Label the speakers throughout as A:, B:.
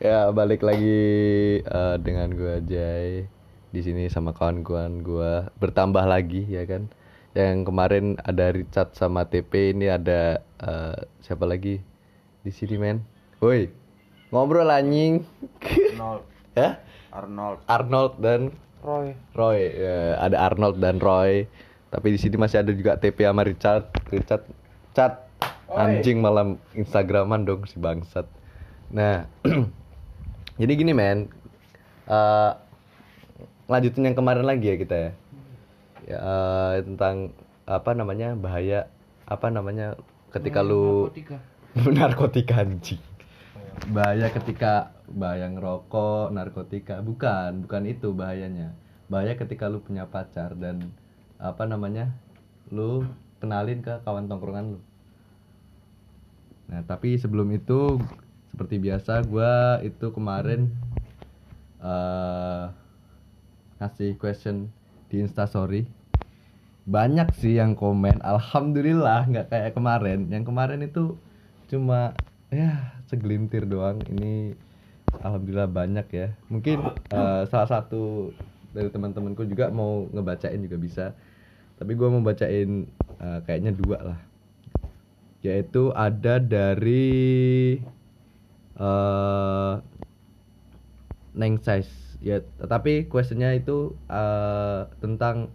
A: ya balik lagi eh, dengan gue Jai di sini sama kawan-kawan gue bertambah lagi ya kan yang kemarin ada Richard sama TP ini ada eh, siapa lagi di sini men woi ngobrol anjing
B: Arnold
A: Hah?
B: Arnold
A: Arnold dan
B: Roy
A: Roy ya, ada Arnold dan Roy tapi di sini masih ada juga TP sama Richard Richard Chat anjing malam Instagraman dong si bangsat nah jadi gini men Eh, lanjutin yang kemarin lagi ya kita ya, ya eh, tentang apa namanya bahaya apa namanya
C: Hmm,
A: ketika lu narkotika anjing bahaya ketika bahaya ngerokok narkotika bukan bukan itu bahayanya bahaya ketika lu punya pacar dan apa namanya lu kenalin ke kawan tongkrongan lu nah tapi sebelum itu seperti biasa gua itu kemarin eh ngasih question di instastory banyak sih yang komen alhamdulillah nggak kayak kemarin yang kemarin itu cuma ya segelintir doang ini alhamdulillah banyak ya mungkin eh, salah satu dari teman-temanku juga mau ngebacain juga bisa tapi gua mau bacain eh, kayaknya dua lah yaitu ada dari eh Neng size ya tapi questionnya itu eh, tentang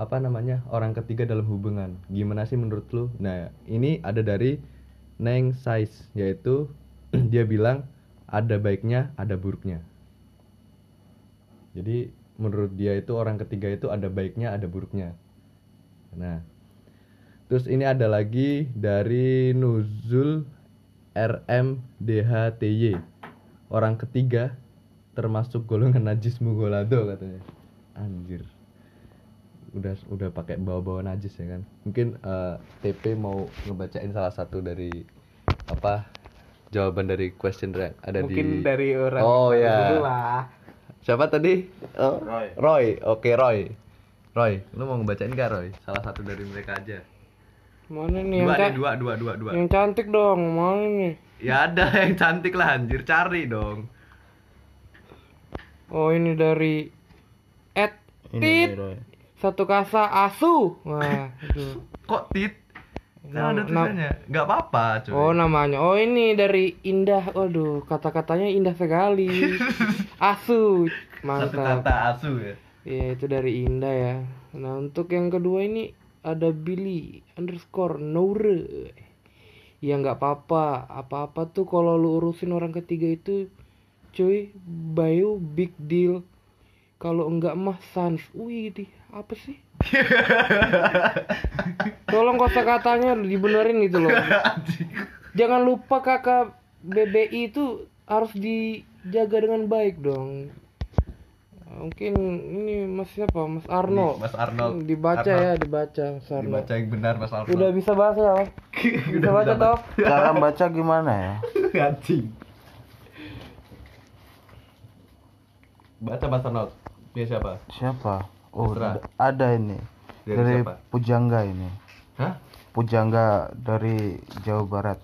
A: apa namanya orang ketiga dalam hubungan gimana sih menurut lu nah ini ada dari Neng size yaitu dia bilang ada baiknya ada buruknya jadi menurut dia itu orang ketiga itu ada baiknya ada buruknya nah terus ini ada lagi dari Nuzul RMDHTY orang ketiga termasuk golongan najis mugolado katanya anjir udah udah pakai bawa-bawa najis ya kan mungkin eh, TP mau ngebacain salah satu dari apa jawaban dari question yang ada di
C: Mungkin dari orang
A: oh ya
C: dulu lah.
A: Siapa tadi? Oh,
B: Roy.
A: Roy. Oke, Roy. Roy, lu mau ngebacain gak Roy? Salah satu dari mereka aja.
C: Mana nih yang,
A: Dua deh,
C: ca-
A: dua, dua, dua, dua.
C: yang cantik dong? Mana nih?
A: Ya ada yang cantik lah anjir, cari dong.
C: Oh ini dari Ed Tit satu kasa asu. Wah, aduh.
A: Kok tit? Kan ada
C: Nam- nam-
A: tulisannya. Gak apa-apa, cuy.
C: Oh namanya. Oh ini dari Indah. Waduh, kata-katanya indah sekali. Asu.
A: satu
C: Mantap.
A: kata asu ya.
C: Iya, itu dari Indah ya. Nah, untuk yang kedua ini ada Billy underscore Noure. Ya nggak apa-apa. Apa-apa tuh kalau lu urusin orang ketiga itu cuy, bayu big deal. Kalau enggak mah sans. Wih, di- apa sih? Tolong kosakatanya dibenerin gitu loh. Jangan lupa kakak BBI itu harus dijaga dengan baik dong. Mungkin ini Mas siapa? Mas Arnold.
A: Mas Arnold.
C: Dibaca
A: Arnold.
C: ya, dibaca Mas Arnold.
A: Dibaca yang benar Mas Alfred.
C: Udah bisa bahasa ya? Mas? bisa baca toh?
B: cara baca gimana ya
A: anjing. Baca Mas Arnold. Dia siapa?
B: siapa oh
A: Terserah.
B: d- ada ini
A: Dari
B: dari
A: siapa?
B: pujangga ini
A: Hah?
B: pujangga dari Jawa Barat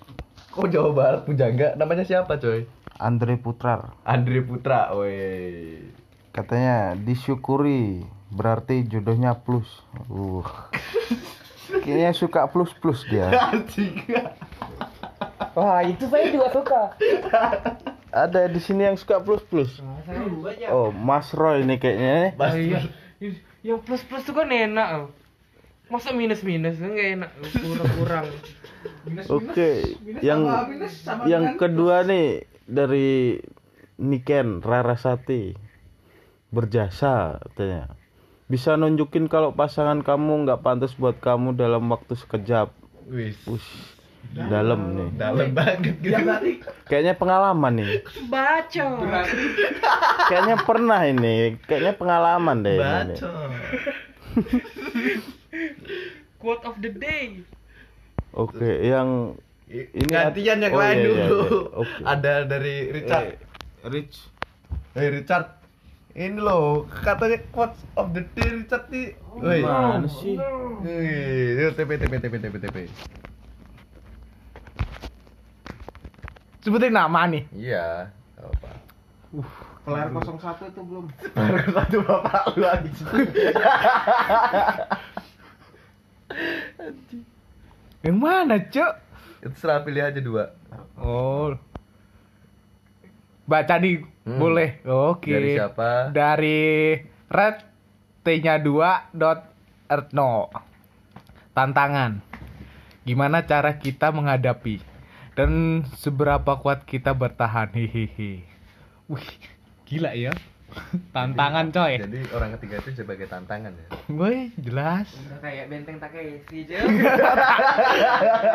A: Kok Jawa Barat pujangga? Namanya siapa, coy?
B: Andre Putrar
A: Andre Putra, woi.
B: katanya disyukuri berarti jodohnya plus uh kayaknya suka plus plus dia
C: Wah, itu saya juga suka.
B: ada di sini yang suka plus plus oh Mas Roy ini kayaknya eh.
A: Mas,
C: Iya. Yang plus-plus itu kan enak. loh. Masa minus-minus enggak enak, oh. kurang-kurang.
B: Oke, yang yang kedua nih dari Niken Rarasati berjasa katanya. Bisa nunjukin kalau pasangan kamu nggak pantas buat kamu dalam waktu sekejap.
A: wis.
B: Ush, dalam nih.
A: Dalam banget gitu.
B: Kayaknya pengalaman nih.
C: Baca.
B: Kayaknya pernah ini. Kayaknya pengalaman deh. ini nih.
A: Bacot.
B: iya.
C: Quote of the day.
B: Oke, yang
A: Ini
B: Ini
A: gantian
B: ad-
A: yang
B: oh,
A: lain
B: iya, iya,
A: dulu.
B: iya. Oke.
A: Ada dari Richard.
B: Rich
A: Eh, Richard. Ini loh, katanya quotes of the day Richard nih. Woi.
B: Gimana sih?
A: Wih, yuk, TP TP TP TP TP.
D: sebutin nama nih Uh,
A: Iya, nggak apa.
C: Pelayar 01 itu belum.
D: satu bapak lu habis yang mana cuk
A: Itu serah pilih aja dua.
D: oh baca di
A: Hmm.
D: boleh oke
A: Dari siapa?
D: dari red t-nya 2 dot Ertno tantangan gimana cara kita menghadapi dan seberapa kuat kita bertahan hehehe wih gila ya tantangan coy
A: Jadi orang ketiga itu sebagai tantangan ya.
D: gue jelas
C: Udah kayak benteng Takeshi aja.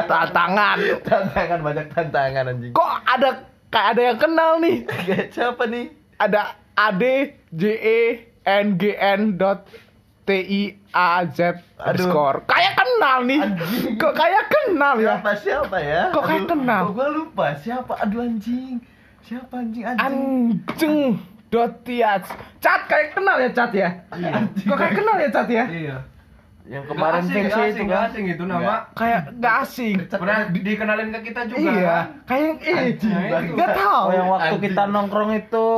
D: tantangan
A: tantangan banyak tantangan anjing.
D: kok ada kayak ada yang kenal nih
A: Gak siapa nih?
D: ada ad j e n g n dot t i a z underscore kayak kenal nih kok kayak kenal ya
A: Siapa siapa ya?
D: Kok kayak kenal?
A: Kok gua lupa siapa? Aduh anjing. Siapa anjing anjing?
D: anjing dot tias cat kayak kenal ya cat ya kok kayak kenal ya cat ya
C: Iya.
E: Yang kemarin
C: Kemarin asing,
E: pensi
C: asing,
E: itu
C: nggak
E: kan.
C: asing itu nama.
D: kayak nggak asing
C: Pernah di- dikenalin ke kita juga.
D: iya
C: kan?
D: kayak eh
C: Nah, itu.
D: nggak tahu
E: Oh, yang waktu
A: Anjing.
E: kita nongkrong itu.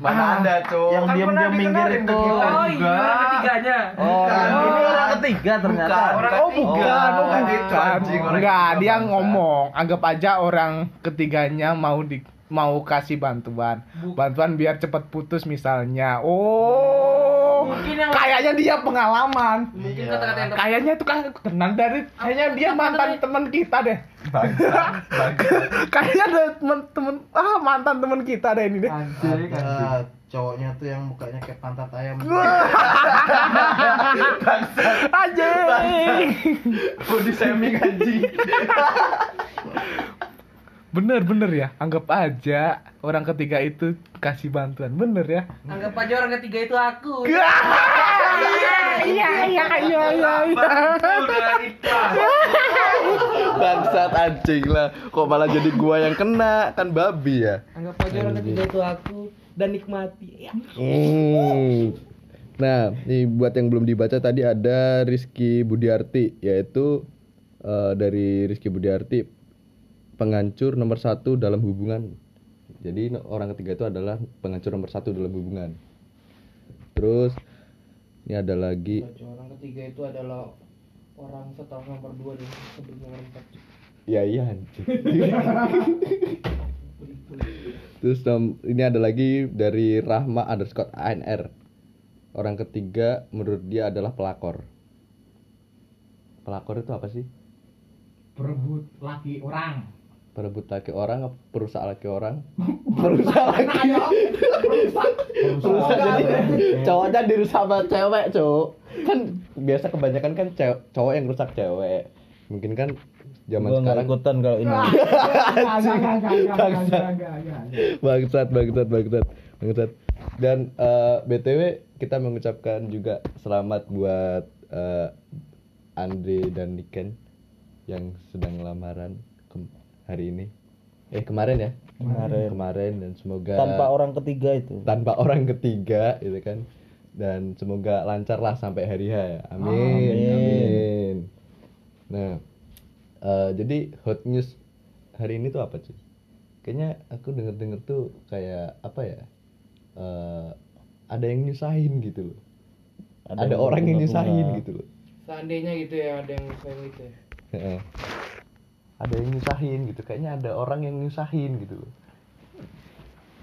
A: Mana
D: Ah,
A: ada, Cok?
E: Yang
C: Kan pernah
E: diam-diam minggir
C: dikenalin
E: itu.
C: ke kita
E: Oh,
C: juga.
D: iya.
C: ketiganya.
E: orang
A: Bukan.
E: ini orang ketiga ternyata.
A: Bukan.
D: Oh bukan, oh,
A: bukan.
D: bukan.
A: Itu anjing, orang
D: Enggak,
A: itu
D: dia
A: bangsa.
D: ngomong. Anggap aja orang ketiganya mau di mau kasih bantuan. Bantuan biar cepet putus misalnya. Oh.
C: Mungkin yang-
D: Kayaknya dia pengalaman.
C: Mungkin kata-kata yang tepat.
D: Kayaknya itu kan kenal dari kayaknya dia mantan teman kita deh.
A: Bangsat, bangsat.
D: kayaknya ada teman teman ah mantan teman kita deh ini deh.
C: Anjir,
E: Ada.
C: kan. Cowoknya tuh yang mukanya kayak pantat ayam.
D: Aja.
A: Body shaming anjing.
D: Bener bener ya, anggap aja orang ketiga itu kasih bantuan, bener ya.
C: Anggap aja orang ketiga itu aku.
D: Iya, iya, iya, iya, iya,
C: Udah nikah.
A: Bangsat anjing lah. Kok malah jadi gua yang kena? Kan babi ya.
C: Anggap aja orang ketiga itu aku dan nikmati. Ya.
A: Hmm. Nah, ini buat yang belum dibaca tadi ada Rizky Budiarti, yaitu eh, dari Rizky Budiarti penghancur nomor satu dalam hubungan. Jadi no- orang ketiga itu adalah penghancur nomor satu dalam hubungan. Terus ini ada lagi.
C: Orang ketiga itu adalah orang setelah nomor dua dan sebelum nomor empat.
A: Ya iya anjing. Terus nom- ini ada lagi dari Rahma underscore ANR. Orang ketiga menurut dia adalah pelakor. Pelakor itu apa sih?
C: Perebut laki orang.
A: Perebut laki orang, perusak laki orang, perusak laki. perusak jadi cowoknya dirusak sama cewek, cowok. Kan biasa kebanyakan kan cew- cowok yang rusak cewek. Mungkin kan zaman
E: Gua nggak
A: sekarang Iya.
E: ikutan kalau ini.
A: bangsat bangsat bangsat bangsat dan eh, btw kita mengucapkan juga selamat buat eh, Andre dan Niken yang sedang lamaran kem- hari ini eh kemarin ya kemarin kemarin dan semoga
E: Tanpa orang ketiga itu.
A: tanpa orang ketiga gitu kan dan semoga lancar lah sampai hari H ya amin amin,
E: Amin.
A: nah eh, jadi hot news hari ini tuh apa sih kayaknya aku denger denger tuh kayak apa ya eh, ada yang nyusahin gitu loh ada,
E: yang
A: orang yang
E: bunga-bunga.
A: nyusahin gitu loh
F: Seandainya gitu ya ada yang kayak gitu ya.
A: Heeh. ada yang nyusahin gitu kayaknya ada orang yang nyusahin gitu loh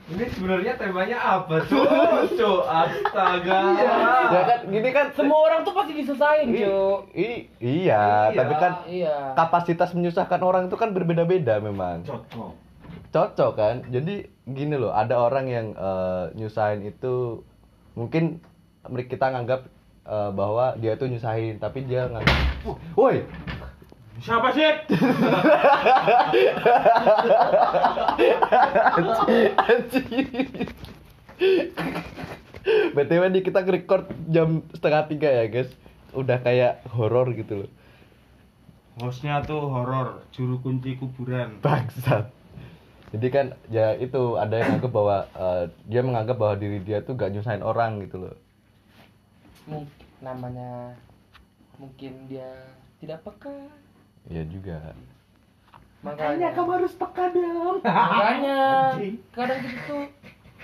C: Ini sebenarnya temanya apa, Cok? Cok, astaga. Ah.
A: ya kan gini kan
F: Semua orang tuh pasti disusahin,
A: I-
F: Cuk.
A: i- iya, tapi kan
F: Iya.
A: kapasitas menyusahkan orang itu kan berbeda-beda memang.
C: Cocok.
A: Cocok kan? Jadi gini loh, ada orang yang eh, nyusahin itu mungkin mer- kita nganggap eh, bahwa dia tuh nyusahin, tapi dia nganggap woi,
C: Siapa sih?
A: BTW nih kita record jam setengah tiga ya guys Udah kayak horor gitu loh
C: Hostnya tuh horor, juru kunci kuburan.
A: Bangsat. Jadi kan ya itu ada yang anggap bahwa eh, dia menganggap bahwa diri dia tuh gak nyusahin orang gitu loh.
F: Mungkin namanya mungkin dia tidak peka.
A: Iya juga.
C: Makanya kamu harus peka dong. Makanya kadang kita tuh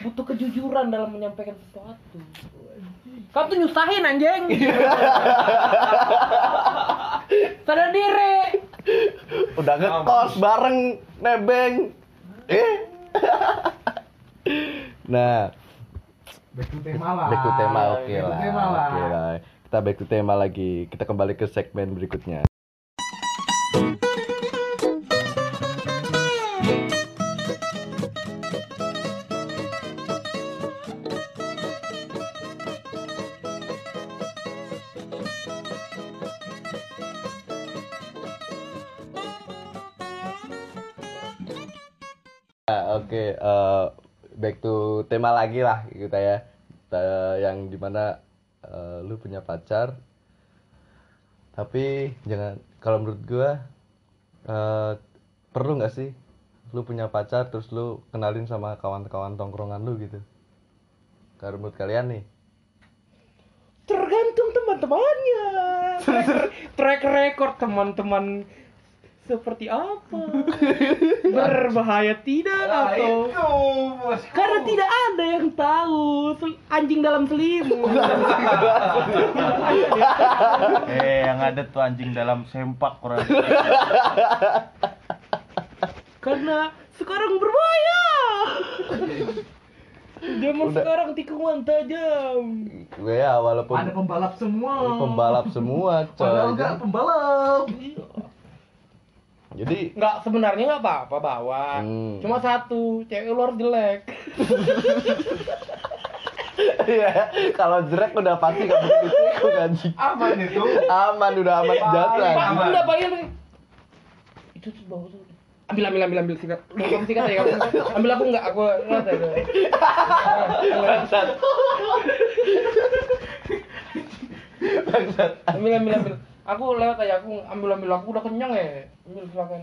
C: butuh kejujuran dalam menyampaikan sesuatu. Kamu tuh nyusahin anjing. Sadar diri.
A: Udah ngekos bareng nebeng. Eh. nah,
D: Back to tema lah.
A: back to tema oke
D: Ah, Back to
A: lah.
D: tema lah.
A: Oke lah. Kita back to tema lagi. Kita kembali ke segmen berikutnya. Ya, Oke, eh, back to tema lagi lah kita ya, Ta- yang dimana eh, lu punya pacar, tapi jangan kalau menurut gua eh, perlu nggak sih lu punya pacar terus lu kenalin sama kawan-kawan tongkrongan lu gitu? Kalau menurut kalian nih,
C: Tergantung teman-temannya. Track, track record teman-teman seperti apa? Berbahaya tidak atau Karena tidak ada yang tahu Sel- anjing dalam selimut.
E: eh yang ada tuh anjing dalam sempak orang
C: Karena sekarang berbahaya. Zaman
A: Udah.
C: sekarang tikungan tajam.
A: gue ya walaupun
D: Ada pembalap semua.
A: ini pembalap semua,
D: Padahal
A: coy.
D: enggak pembalap.
A: Jadi
C: Nggak sebenarnya nggak apa-apa bawa.
A: Hmm.
C: Cuma satu, cewek lu harus jelek.
A: Iya, kalau jelek udah pasti gak mungkin ditikung anjing.
D: Aman itu.
A: kan, Aman udah aman senjata.
C: Pak,
A: anjing.
C: udah panggil nih. Itu tuh bawa tuh. Ambil ambil ambil ambil sikat. Udah, Kamu sikat ya kamu. Ambil aku enggak aku. rata, rata. Ambil ambil ambil. Aku lewat aja aku ambil ambil aku udah kenyang ya. Ambil silakan.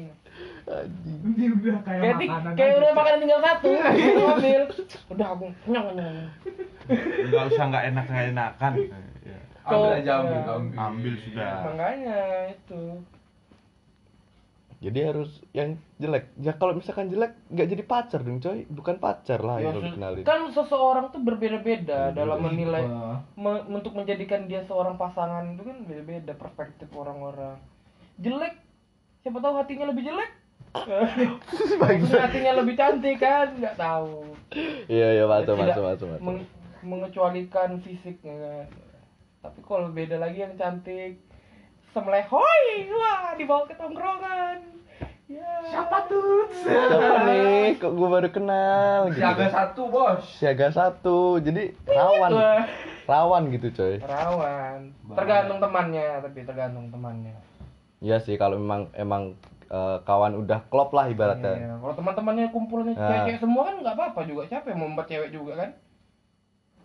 A: Anjing.
D: Ini udah kayak
C: Kayak, ti-
D: makanan.
C: kayak
D: aja.
C: udah makanan tinggal satu, aku ambil. Udah aku kenyang kenyang. kenyang.
E: nggak usah nggak enak nggak enakan Ya,
C: Ambil aja ambil ambil.
E: ambil sudah
C: Makanya itu.
A: Jadi harus yang jelek. Ya kalau misalkan jelek nggak jadi pacar dong coy, bukan pacar lah yang lu
C: Maksud-
A: kenalin.
C: kan seseorang tuh berbeda-beda dalam menilai
D: Wah.
C: me- untuk menjadikan dia seorang pasangan itu kan beda-beda perspektif orang-orang jelek siapa tahu hatinya lebih jelek Maksudnya hatinya lebih cantik kan nggak tahu
A: Iya iya masuk
C: Tidak
A: masuk masuk masuk.
C: meng- mengecualikan fisiknya kan tapi kalau beda lagi yang cantik semlehoy wah dibawa ke tongkrongan ya siapa tuh
A: Siapa nih? Kok gue baru kenal gitu.
D: Siaga Iya, satu bos.
A: Siaga satu. Jadi rawan.
C: Wah.
A: Rawan gitu coy.
C: rawan tergantung temannya tapi tergantung temannya
A: Iya sih kalau memang emang eh, kawan udah klop lah ibaratnya.
C: Iya, kalau teman-temannya kumpulannya
A: Nah.
C: cewek-cewek semua kan nggak apa-apa juga capek mau membuat cewek juga kan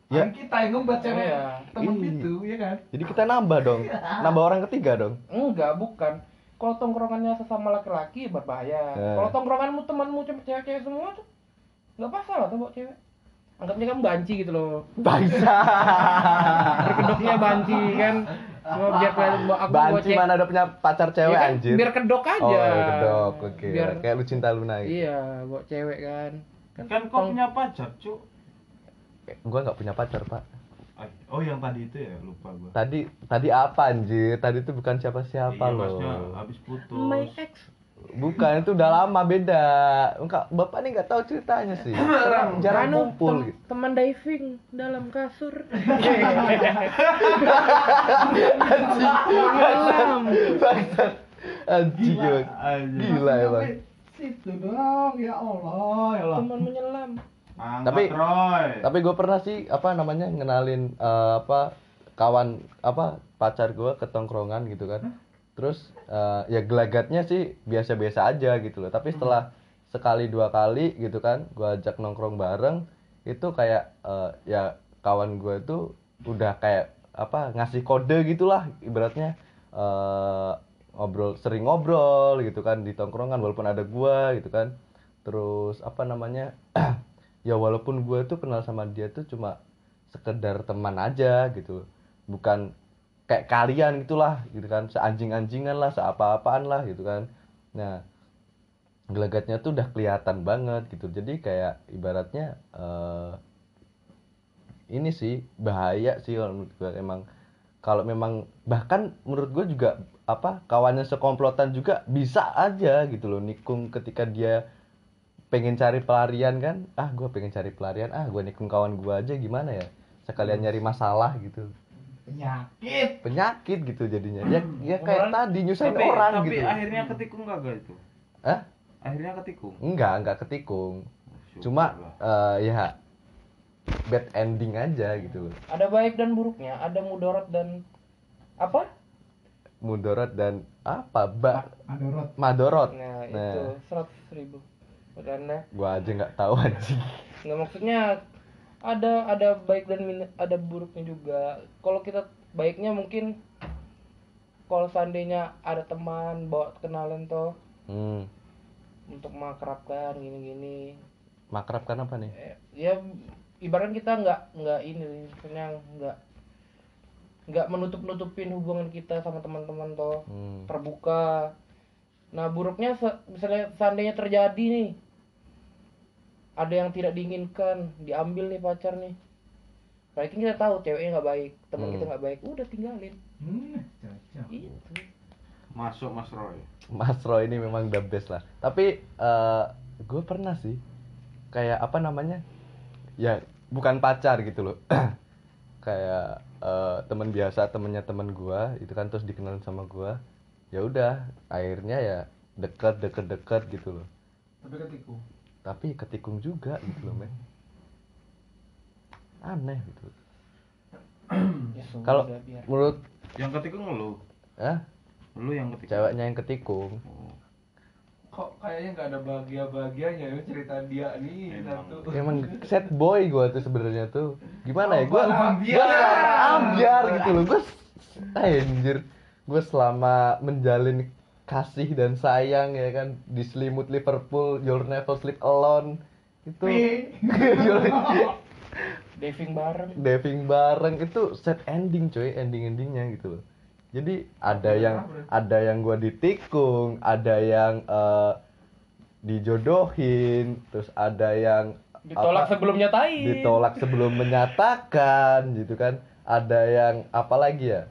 A: Ya.
D: Kan kita yang ngembat cewek
C: Iya.
D: temen
A: Ih.
D: itu, ya kan?
A: Jadi kita nambah dong. Nambah orang ketiga dong.
C: enggak bukan kalau tongkrongannya sesama laki-laki ya berbahaya
A: Nah.
C: kalau tongkronganmu temanmu cuma cewek-cewek semua tuh nggak masalah tuh bawa cewek anggapnya kamu banci gitu loh
A: Bangsa.
C: berkedoknya banci kan cuma biar kelihatan bahwa aku bawa
A: Banci
C: cewek
A: mana ada punya pacar cewek
C: Iya kan?
A: anjir.
C: biar kedok aja
A: Oh, iya, kedok. Oke.
C: biar
A: Kayak lu cinta Luna gitu.
C: iya bawa cewek kan
E: kan kau punya pacar cu
A: Gua nggak punya pacar, Pak.
E: oh yang tadi itu ya lupa gua
A: Tadi tadi apa anjir? Tadi itu bukan siapa-siapa
E: Iya,
A: loh.
E: maksudnya habis putus
C: my ex
A: Bukan, itu udah lama beda. Enggak, Bapak nih nggak tahu ceritanya sih. Jarang, jarang
C: Anu,
A: kumpul
C: tem-
A: gitu.
C: teman diving dalam kasur malam
A: Bangsat. Anjing emang. Gila emang.
D: Situ doang, ya Allah, ya Allah.
C: teman menyelam
A: Tapi
E: tapi Roy
A: tapi gue pernah sih apa namanya ngenalin eh, apa kawan apa pacar gue ke tongkrongan gitu kan. Terus eh, ya gelagatnya sih biasa-biasa aja gitu loh. Tapi setelah sekali dua kali gitu kan, gue ajak nongkrong bareng itu kayak eh, ya kawan gue tuh udah kayak apa ngasih kode gitulah ibaratnya eh ngobrol sering ngobrol gitu kan di tongkrongan walaupun ada gua gitu kan terus apa namanya ya walaupun gue tuh kenal sama dia tuh cuma sekedar teman aja gitu bukan kayak kalian gitulah gitu kan seanjing-anjingan lah seapa-apaan lah gitu kan nah gelagatnya tuh udah kelihatan banget gitu jadi kayak ibaratnya eh, ini sih bahaya sih kalau menurut gue emang kalau memang bahkan menurut gue juga apa kawannya sekomplotan juga bisa aja gitu loh nikung ketika dia pengen cari pelarian kan ah gue pengen cari pelarian ah gue nikung kawan gue aja gimana ya sekalian nyari masalah gitu
C: penyakit
A: penyakit gitu jadinya ya, ya kayak
B: Orang-
A: tadi nyusahin
B: tapi,
A: orang
B: tapi
A: gitu
B: akhirnya ketikung kagak itu
A: Hah?
B: akhirnya ketikung
A: enggak enggak ketikung
B: Syukurlah.
A: cuma eh, ya bad ending aja gitu
C: ada baik dan buruknya ada mudarat dan apa
A: mudarat dan apa ba
D: Madorot.
A: madorot
C: nah,
A: nah,
C: itu seratus ribu buat anda
A: gua aja nggak tahu anjing
C: nggak maksudnya ada ada baik dan min- ada buruknya juga kalau kita baiknya mungkin kalau seandainya ada teman bawa kenalan toh
A: hmm,
C: untuk mengakrabkan gini-gini
A: makrab kan apa nih
C: Eh, ya ibaratnya kita nggak nggak ini maksudnya nggak nggak menutup nutupin hubungan kita sama teman-teman toh
A: hmm.
C: terbuka nah buruknya se- misalnya seandainya terjadi nih ada yang tidak diinginkan diambil nih pacar nih Baiknya kita tahu ceweknya nggak baik teman
A: Hmm.
C: kita nggak baik udah tinggalin
D: Hmm,
C: itu
B: masuk Mas Roy
A: Mas Roy ini memang the best lah tapi eh gue pernah sih kayak apa namanya ya bukan pacar gitu loh kayak eh, teman biasa temennya teman gua itu kan terus dikenalin sama gua ya udah akhirnya ya deket deket deket gitu loh
D: Tapi ketiku.
A: tapi ketikung juga gitu loh men aneh gitu
C: Ya sudah,
A: Kalau-
C: biar
A: menurut
B: yang ketikung lu
A: eh
B: lu yang ketikung
A: ceweknya yang ketikung
B: Oh,
D: Kok kayaknya nggak ada bahagia-bahagianya ya cerita dia nih
B: Emang.
D: satu.
A: emang sad boy gua tuh sebenarnya tuh gimana ya gua
D: Ambiar.
A: gua ambiar gitu loh gua anjir gua selama menjalin kasih dan sayang ya kan di selimut Liverpool you'll never sleep alone itu
C: diving bareng
A: diving bareng itu set ending cuy ending endingnya gitu loh jadi ada yang ada yang gua ditikung ada yang eh, dijodohin terus ada yang
C: ditolak
A: apa,
C: sebelum nyatain
A: ditolak sebelum menyatakan gitu kan ada yang apalagi ya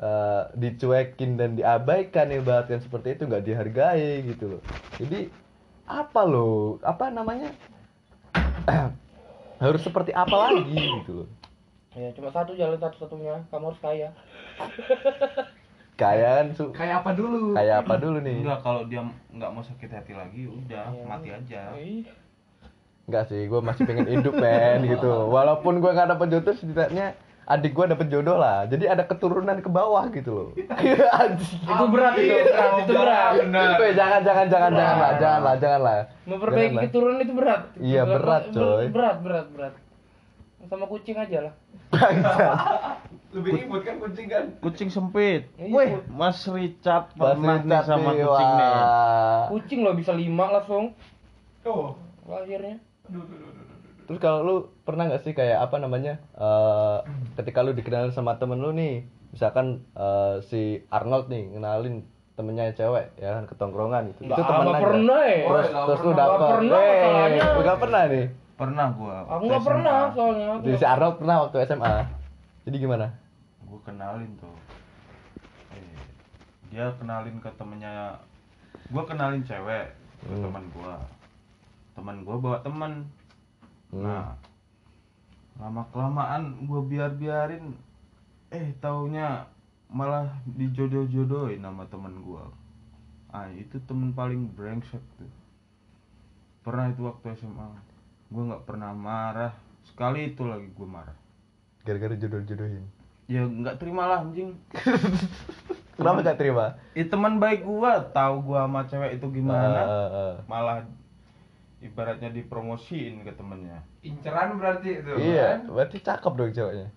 A: eh, dicuekin dan diabaikan ibaratkan seperti itu nggak dihargai gitu loh jadi apa loh apa namanya harus seperti apa lagi gitu loh
C: ya cuma satu jalan satu satunya kamu harus kaya
A: kayak kan, su
D: Kayak apa dulu?
A: kayak apa dulu nih
B: enggak kalau dia nggak mau sakit hati lagi udah
C: Iya.
B: mati aja
C: Ih,
A: nggak sih gue masih pengen hidup men gitu walaupun gue nggak dapet jodoh setidaknya adik gue dapet jodoh lah jadi ada keturunan ke bawah gitu loh Anjing.
C: itu berat itu
D: Iya,
C: berat itu berat
A: Weh, jangan jangan jangan jangan lah jangan lah jangan lah
C: memperbaiki gitu.
A: Jangan lah.
C: keturunan itu berat Itu
A: Iya, berat,
C: ber-
A: coy.
C: berat berat berat sama kucing aja lah
D: Lebih ribut kan kucing kan?
E: Kucing sempit.
C: Iya,
E: Wih,
C: Put.
E: Mas Richard
A: Pasti
E: pernah nih
A: tapi,
E: sama kucing
A: wah.
E: nih.
C: kucing loh bisa lima langsung
D: Oh.
C: lahirnya
A: terus kalau lu pernah nggak sih kayak apa namanya eh, ketika lu dikenalin sama temen lu nih misalkan eh, si Arnold nih kenalin temennya yang cewek ya kan ketongkrongan gitu
C: Nggak,
A: temen
C: nggak
A: aja.
C: pernah ya.
A: terus,
D: Nggak
A: terus lu
D: pernah,
A: dapet
C: nggak pernah
A: Weh,
C: masalahnya.
A: nggak pernah nih
B: pernah gua
C: aku
B: waktu
C: nggak
B: SMA.
C: pernah soalnya aku
A: Jadi si Arnold pernah waktu SMA jadi gimana
B: gue kenalin tuh Eh, dia kenalin ke temennya gue kenalin cewek ke
A: Hmm.
B: teman gue teman gue bawa temen
A: Hmm.
B: nah lama kelamaan gue biar biarin eh taunya malah dijodoh jodohin sama temen gue ah itu temen paling brengsek tuh pernah itu waktu SMA gue nggak pernah marah sekali itu lagi gue marah
A: gara-gara jodoh-jodohin
B: ya nggak terima lah anjing
A: kenapa gak terima
B: Ya teman baik gua tahu gua sama cewek itu
A: Eh,
B: gimana,
A: eh, eh.
B: malah ibaratnya dipromosiin ke temennya.
D: Inceran berarti itu.
A: iya
D: kan?
A: berarti cakep dong ceweknya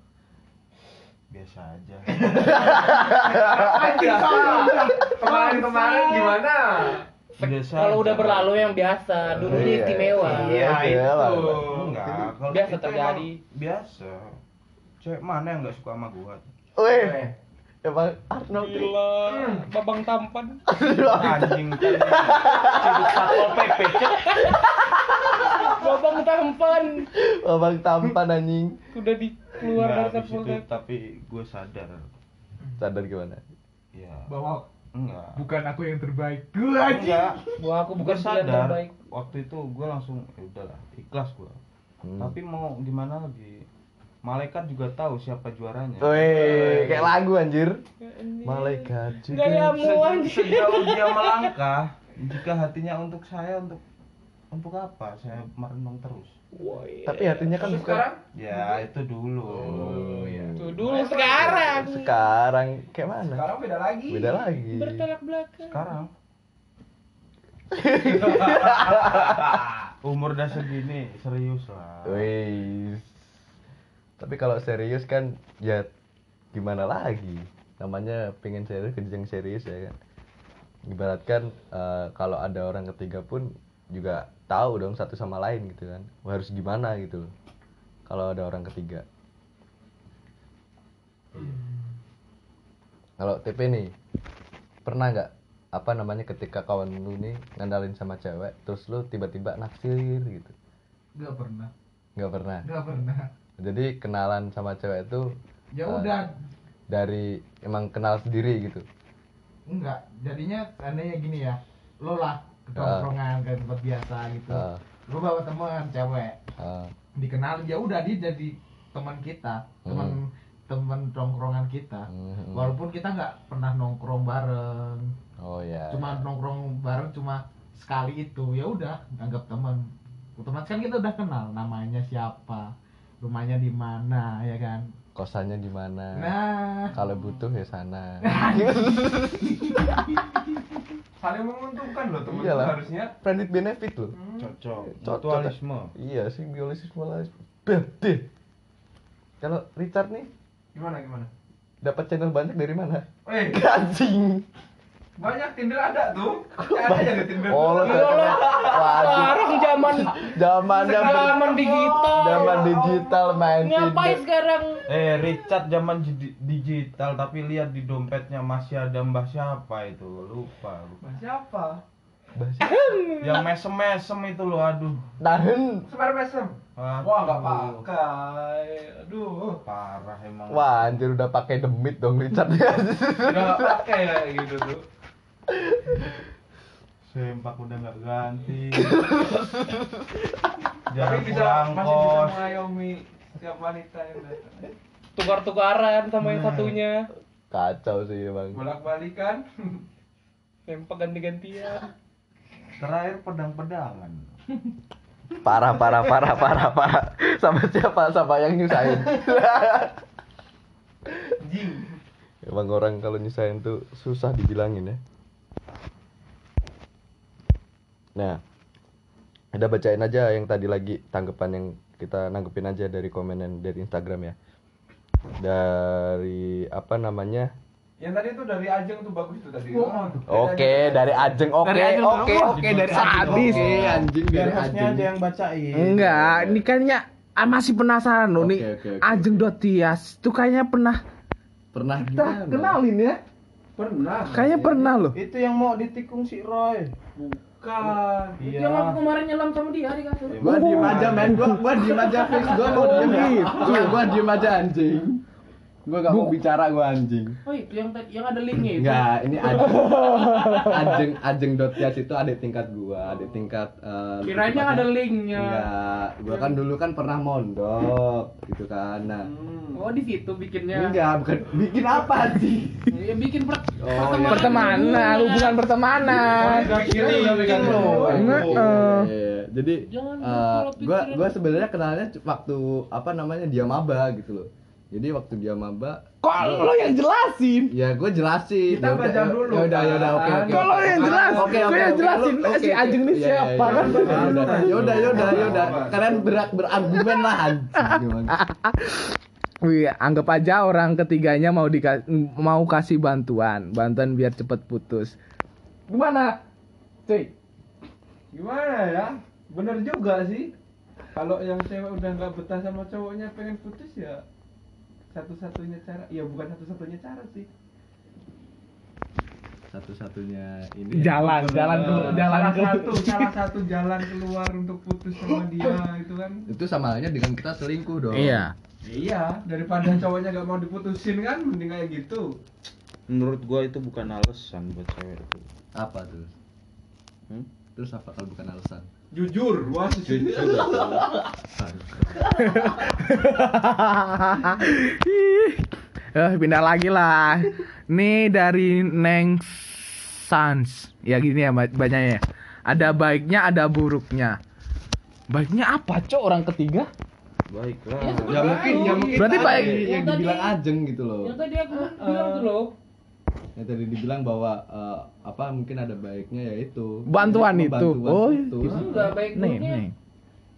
B: Biasa aja.
D: Anjing salah. Kemarin-kemarin gimana?
B: Biasa.
C: kalau
B: aja.
C: udah berlalu yang biasa dulu ini
A: Iya.
C: istimewa
A: Iya, iya lah.
B: Enggak, kalau
C: Biasa
B: itu
C: terjadi.
B: emang Biasa. Cewek mana yang nggak suka sama gua?
A: Weh, Emang Arnold nih.
C: Gila, babang tampan.
B: anjing kan tadi Ciduk satpol pp cek
C: Babang tampan.
A: Abang tampan anjing.
C: Udah di keluar
B: Nggak,
C: dari
B: habis
C: satpol
B: itu,
C: pp.
B: tapi gue sadar
A: Sadar gimana?
B: ya
D: bahwa
B: enggak
D: bukan aku yang terbaik gue aja
B: enggak
C: Wah, aku bukan
B: Gua
C: pilihan
B: sadar
C: terbaik.
B: waktu itu gue langsung ya udahlah ikhlas gue
A: Hmm.
B: tapi mau gimana lagi malaikat juga tahu siapa juaranya
A: Oh, iya. Weh, kayak lagu anjir. Malaikat
C: Gak
A: juga.
C: nyamuk
B: Se-
C: anjing.
B: sejauh dia melangkah jika hatinya untuk saya untuk untuk apa saya merenung terus
A: Tapi hatinya kan bukan
B: ya itu dulu
A: Oh, iya.
C: Tuh dulu sekarang.
A: sekarang kayak mana? Sekarang
D: beda lagi
A: beda lagi.
C: Bertolak belakang.
B: sekarang umur udah segini serius lah
A: Iya. Wih. Tapi kalau serius kan ya gimana lagi? Namanya pengen serius kerjaan serius ya kan. Ibaratkan eh, kalau ada orang ketiga pun juga tahu dong satu sama lain gitu kan. Wah, harus gimana gitu loh. Kalau ada orang ketiga. Kalau TP nih pernah nggak apa namanya ketika kawan lu nih ngandalin sama cewek terus lu tiba-tiba naksir gitu
D: nggak pernah
A: nggak pernah
D: nggak pernah
A: jadi kenalan sama cewek itu
D: ya
A: Eh.
D: udah
A: dari emang kenal sendiri gitu
D: enggak jadinya seandainya gini ya lo lah ke
A: Ah.
D: tongkrongan ke tempat biasa gitu
A: Ah.
D: lo bawa teman cewek
A: Ah,
D: dikenalin ya udah dia jadi teman kita teman teman tongkrongan kita
A: Hmm.
D: walaupun kita nggak pernah nongkrong bareng
A: oh ya
D: cuma nongkrong bareng cuma sekali itu ya udah anggap teman otomatis kan kita udah kenal namanya siapa rumahnya di mana ya kan
A: kosannya di mana
D: nah
A: kalau butuh ya sana
B: saling menguntungkan loh teman
A: Iyalah.
B: harusnya Hmm.
A: friendly Iya benefit loh
B: cocok
A: Cocok.
B: mutualisme
A: iya sih biolosis malah berarti kalau Richard nih
B: gimana gimana
A: dapat channel banyak dari mana
B: eh
A: anjing
B: banyak tinder ada tuh ada yang di tinder
A: oh lo ternyata- waduh
C: Sekarang zaman
A: zamannya
C: zaman digital.
A: zaman digital main
C: Ngapain
A: Tinder.
C: sekarang?
B: Eh, Richard zaman di- digital tapi lihat di dompetnya masih ada Mbah siapa itu? Lupa. lupa.
A: Bahasa-
B: Yang mesem-mesem itu loh, aduh.
A: nahen
B: Wah, enggak pakai. Aduh, parah emang.
A: Wah, anjir udah pakai demit dong Richard.
G: gitu
B: Sempak udah enggak ganti. Jarang pulang kos.
C: Tukar-tukaran sama yang satunya.
A: Kacau sih bang.
C: Tempat ganti-gantian.
B: Terakhir pedang-pedangan.
A: Parah, parah, parah, parah, parah. Sama siapa? Sama yang nyusahin. Emang orang kalau nyusahin tuh susah dibilangin ya. Nah, ada bacain aja yang tadi lagi tanggapan yang kita nanggepin aja dari komen yang dari Instagram ya. Dari apa namanya?
B: Yang tadi itu dari Ajeng tuh bagus tuh tadi.
A: Oke, dari Ajeng. Oke, oke,
D: oke dari habis
A: Oke, anjing dari
B: Harusnya
A: anjing.
B: ada yang bacain.
D: Hmm. Enggak, ini kayaknya ah, masih penasaran loh nih.
A: Oke, oke, oke,
D: Ajeng Dotias itu kayaknya pernah
A: Pernah gitu.
D: kita
A: gimana?
D: kenalin ya.
B: Pernah.
D: Kayaknya pernah loh.
B: Itu yang mau ditikung si Roy. Bukan. Iya.
C: Yang aku kemarin nyelam sama dia di kasur.
A: Gua Ya, diem aja men, gua gua diem aja fix, gua
C: Oh,
A: mau diem
C: gitu.
A: Gua gua diem aja anjing. Gua gak mau bicara gua anjing.
C: Oh itu yang tadi- yang ada linknya itu.
A: Enggak, ini ajeng. Ajeng ajeng .yas itu adik tingkat gua, adik tingkat eh,
C: Kiranya
A: tempatnya-
C: ada linknya.
A: Enggak, gua kan dulu kan pernah mondok gitu kan. Nah,
C: Oh di situ bikinnya.
A: enggak bukan bikin apa anjing?
C: Ya, bikin per
A: Oh, iya.
C: pertemanan.
D: Pertemanan, hubungan pertemanan.
B: Kan lo.
D: Heeh.
A: Iya, iya. Jadi
C: eh. Jangan
A: eh,
C: berpola pikiran.
A: gua gua sebenarnya kenalnya c- waktu apa namanya dia maba gitu loh. Jadi waktu dia maba
D: Kok lo yang jelasin?
A: ya gue jelasin.
B: Kita baca dulu,
A: Ya udah ya udah oke oke.
D: Kok lo yang jelas?
A: Oke
D: Gua
A: oke,
D: yang
A: oke.
D: jelasin
A: Lu-
D: si
A: oke,
D: Ajeng ini
A: oke. Iya,
D: siapa
A: iya,
D: kan?
A: iya, iya, iya. Ya udah ya udah ya udah. Kalian berak berargumen lah anjing. emang.
D: Wih, anggap aja orang ketiganya mau dika mau kasih bantuan, bantuan biar cepet putus. Gimana? Cuy,
G: gimana ya bener juga sih kalau yang cewek udah nggak betah sama cowoknya pengen putus ya satu-satunya cara ya bukan satu-satunya cara sih
A: satu-satunya ini
D: jalan jalan ke jalan
G: Eh, salah
D: ke
G: satu salah satu jalan keluar untuk putus sama dia itu kan
A: itu sama halnya dengan kita selingkuh dong
E: Iya.
G: iya daripada cowoknya gak mau diputusin kan mending kayak gitu
B: menurut gua itu bukan alasan buat cewek itu
A: apa tuh
B: Hmm?
A: terus apa kalau bukan alasan
G: jujur wah
B: jujur
G: sih
B: aku.
D: eh pindah lagi lah nih dari Neng Sans ya gini ya ba- bacanya ya ada baiknya ada buruknya baiknya apa cok orang ketiga
B: baiklah
A: ya mungkin ya mungkin
D: Berarti
A: tadi
D: baik.
A: yang
C: Yang
A: dibilang
C: tadi-
A: ajeng gitu loh
C: yang tadi aku bilang tuh loh
A: yang tadi dibilang bahwa eh, apa mungkin ada baiknya yaitu
D: Bantuan itu.
A: Bantuan
D: Oh,
A: itu.
D: gitu.
C: enggak baik
D: nih
C: buruknya
D: nih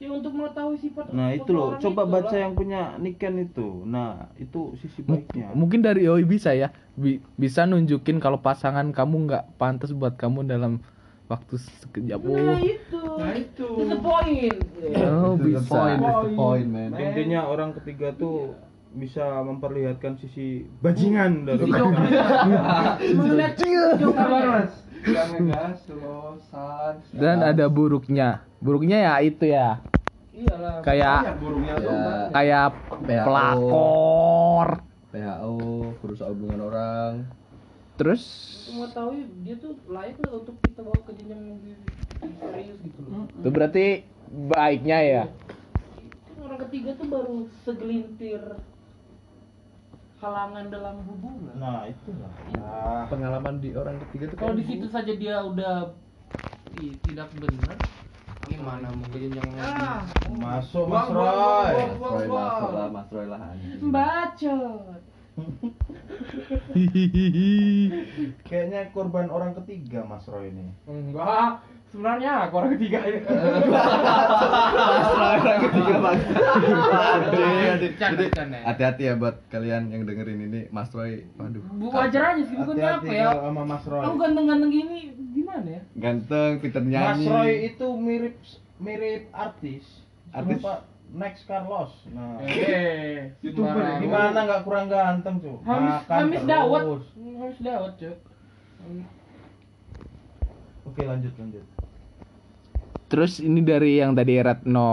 C: ya untuk mengetahui sifat
B: nah itu loh
C: orang
B: coba
C: itu
B: baca
C: lah.
B: yang punya Niken itu nah itu sisi
D: M-
B: baiknya
D: mungkin dari Oi bisa ya Bi- bisa nunjukin kalau pasangan kamu nggak pantas buat kamu dalam waktu sekejap
C: nah
D: oh,
C: itu
G: nah itu
C: itu Iya. poin
D: oh
A: Itu the point,
D: bisa
A: it's the point, man.
B: intinya orang ketiga tuh bisa memperlihatkan sisi bajingan dari
C: Nah, melihat jokernya
G: gak ngegas lo san
D: dan ada buruknya buruknya ya itu ya
C: iyalah
G: ya
D: kayak
G: burungnya
A: Ya.
G: tuh banyak.
D: kayak
A: PHO.
D: pelakor
A: PHO perusahaan hubungan orang
D: terus
C: Untuk mengetahui dia tuh layak nggak untuk kita bawa ke jenjang yang lebih serius gitu loh
D: itu berarti baiknya ya
C: Kan orang ketiga tuh baru segelintir halangan dalam hubungan
B: nah Ah, itulah
A: pengalaman di orang ketiga tuh
C: kalau di
G: gitu.
C: situ saja dia udah i- tidak benar Ah, gimana mau ke jenjang yang lebih
B: masuk
G: Mas Roy.
A: Mas Roy, Mas Roy lah, Mas Roy lah anjing.
C: bacot
B: kayaknya korban orang ketiga Mas Roy ini
G: enggak sebenarnya aku orang ketiga ini
A: orang ketiga Mas.
C: Bercanda, bercanda.
A: Hati-hati ya buat kalian yang dengerin ini Mas Roy. Waduh.
C: Bu wajar aja sih bukannya apa ya
B: sama Mas Roy
C: kamu ganteng-ganteng gini gimana ya
A: Ganteng, pinter
B: Mas
A: nyanyi.
B: Roy itu mirip mirip artis
A: Artis?
B: Kenapa? Next Carlos nah
G: eh youtuber
C: Sembarang.
G: gimana
B: gimana nggak kurang ganteng cuy
C: Hamis,
B: Makan
C: Hamis
B: terus.
C: Dawet Hamis Dawet cuy
B: oke lanjut lanjut
D: terus ini dari yang tadi Retno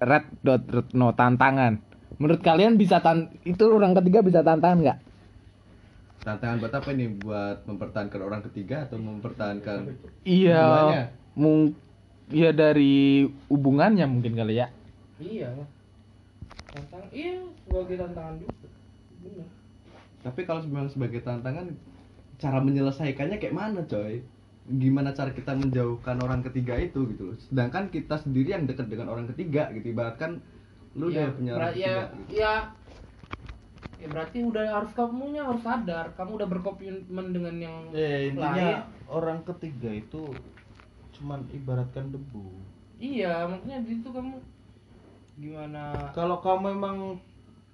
D: Red dot Retno tantangan menurut kalian bisa tan itu orang ketiga bisa tantangan nggak
A: Tantangan buat apa ini? Buat mempertahankan orang ketiga atau mempertahankan Hubungannya?
D: iya mung ya dari hubungannya mungkin kali ya
C: iya tantang iya sebagai tantangan juga benar
A: Tapi kalau memang sebagai tantangan cara menyelesaikannya kayak mana, coy? Gimana cara kita menjauhkan orang ketiga itu gitu loh. Sedangkan kita sendiri yang dekat dengan orang ketiga gitu ibaratkan lu
C: ya,
A: udah punya orang
C: berat- ya,
A: ketiga. gitu.
C: ya, ya berarti udah harus kamunya harus sadar kamu udah berkomitmen dengan yang
B: eh,
C: lain
B: intinya orang ketiga itu cuman ibaratkan debu
C: iya maksudnya di situ kamu gimana
B: kalau kamu emang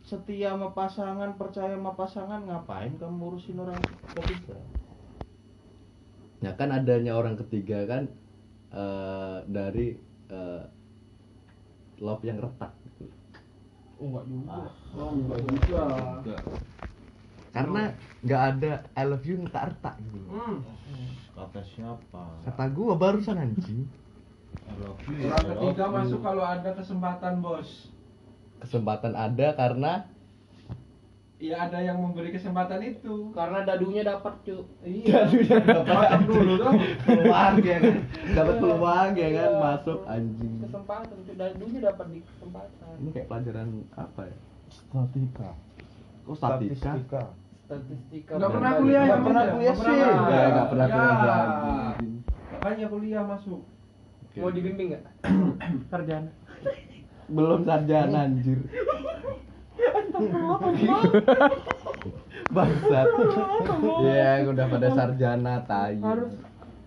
B: setia sama pasangan percaya sama pasangan ngapain kamu ngurusin orang ketiga
A: Ya kan adanya orang ketiga kan eh, dari eh, love yang retak gitu. Ah.
C: oh enggak juga
G: enggak juga
A: Karena nggak ada I love you yang tak retak gitu. loh.
G: hmm
B: kata siapa
A: Kata gua barusan anjing.
B: I love you, I
G: orang
B: love
G: ketiga
B: you.
G: masuk kalau ada kesempatan bos
A: Kesempatan ada karena
G: ya ada yang memberi kesempatan itu
C: karena dadunya dapat cuy iya
G: Makan dulu dong
A: peluang ya kan. Dapat peluang ya kan masuk anjing.
C: Iya. kesempatan cuy dadunya dapat di kesempatan
A: Ini kayak pelajaran apa ya?
B: statika
A: Kok statika?
C: statistika
G: nggak pernah
C: berbalik.
G: kuliah
B: Nggak
G: ya,
B: pernah
G: Mas, ya?
B: kuliah
G: Nggak
B: sih.
A: Ya, nggak pernah
G: Ya.
A: kuliah lagi.
G: makanya kuliah masuk
C: mau dibimbing nggak sarjana
A: Belum sarjana anjir. Bangsat. Ya, udah pada sarjana tai.
C: harus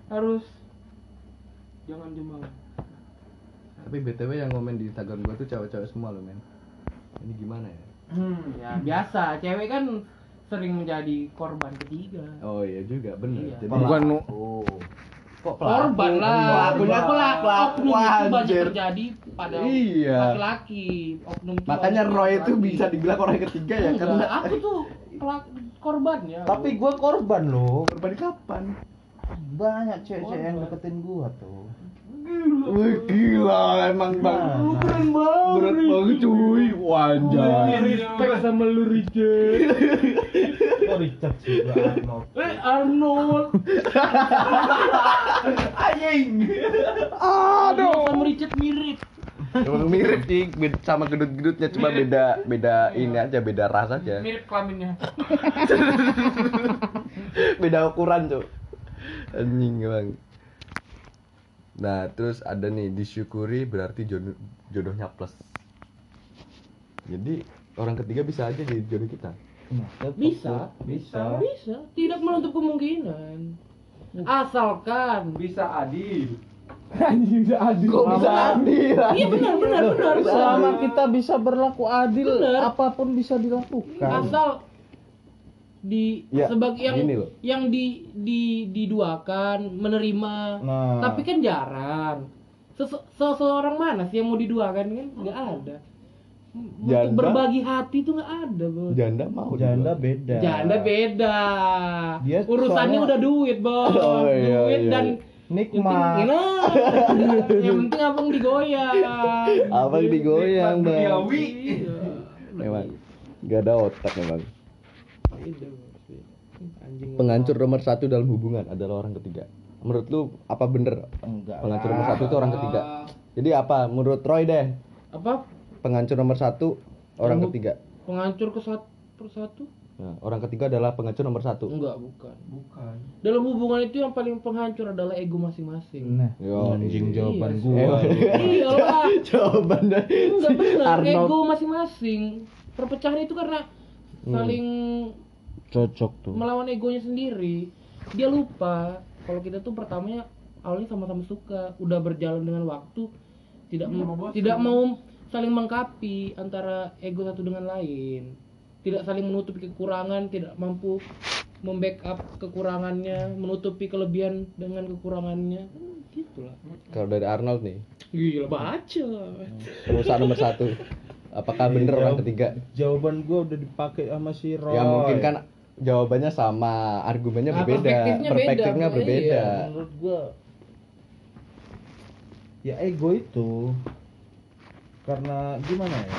C: harus jangan jumlah
A: Tapi BTW yang komen di Instagram gua tuh cewek-cewek semua loh, men. Ini gimana ya?
G: hmm
C: ya biasa cewek kan sering menjadi korban ketiga
A: Oh iya juga, bener.
C: Iya.
A: Jadi
D: bukan
A: Oh. kok
C: korban lah
A: Pelakunya kok lah pelaku
C: oknum itu banyak
A: anjir.
C: terjadi pada
A: Iya.
C: laki-laki oknum itu
A: Makanya
C: banyak
A: Roy itu
C: laki-laki.
A: bisa dibilang orang ketiga ya
C: Enggak,
A: karena
C: aku tuh pelak korbannya
B: tapi gua korban loh
A: korban kapan?
B: banyak cewek-cewek yang deketin gua tuh
G: Wih, gila emang bang
A: Nah,
G: lu keren banget berat banget cuy wajar
C: respect sama lu Richard
B: oh Richard juga Arnold
C: eh Arnold aduh sama Richard mirip
A: Emang mirip sih bed- sama gedut-gedutnya cuma beda beda ini aja beda ras aja
C: mirip kelaminnya
A: beda ukuran tuh anjing bang nah terus ada nih disyukuri berarti jodoh, jodohnya plus jadi orang ketiga bisa aja jadi jodoh kita
C: bisa
G: bisa
C: bisa tidak menutup kemungkinan asalkan
G: bisa adil
A: kok bisa adil
C: iya benar benar benar
B: selama kita bisa berlaku adil
C: Bener.
B: apapun bisa dilakukan
C: asal di
A: Ya,
C: sebagai yang
A: gini loh.
C: yang di di diduakan menerima
B: Nah.
C: tapi kan jarang Sese- seseorang mana sih yang mau diduakan kan nggak ada untuk
A: Janda.
C: berbagi hati tuh nggak ada bos
A: janda mau
B: janda
A: dijual.
B: beda
C: janda beda
B: Dia
C: urusannya
B: soalnya-
C: udah duit bos
A: Oh, iya,
C: duit
A: iya.
C: dan
B: nikmat
C: Nah, yang penting abang digoyang
A: abang digoyang bang
G: duniawi
C: Iya.
A: memang gak ada otak memang
C: Beda, Bos. Beda. Anjing
A: penghancur nomor satu dalam hubungan adalah orang ketiga menurut lu apa bener
B: enggak
A: penghancur nomor satu itu orang ketiga jadi apa menurut Roy deh
C: Ah, apa
A: penghancur nomor satu orang
C: Kamu-
A: ketiga
C: penghancur ke satu persatu
A: Nah, orang ketiga adalah penghancur nomor satu
C: enggak bukan
G: bukan
C: dalam hubungan itu yang paling penghancur adalah ego masing-masing
B: nah
A: Yo,
B: anjing
C: Iya.
B: jawaban gua
C: iyalah
A: jawaban dari
C: enggak benar
A: Arnold.
C: ego masing-masing perpecahan itu karena saling
A: Hmm.
B: cocok tuh
C: melawan egonya sendiri dia lupa kalau kita tuh pertamanya awalnya sama-sama suka udah berjalan dengan waktu tidak Iya, mau tidak mau saling mengkapi antara ego satu dengan lain tidak saling menutupi kekurangan tidak mampu membackup kekurangannya menutupi kelebihan dengan kekurangannya Hmm, gitulah
A: kalau dari Arnold nih
C: gila baca
A: perusahaan nomor satu apakah bener orang ketiga
B: jawaban gua udah dipakai sama si Roy
A: ya mungkin kan jawabannya sama argumennya
C: Nah,
A: berbeda
C: perspektifnya beda,
A: perspektifnya
C: makanya
A: berbeda
C: iya.
B: menurut gua ya ego itu karena gimana ya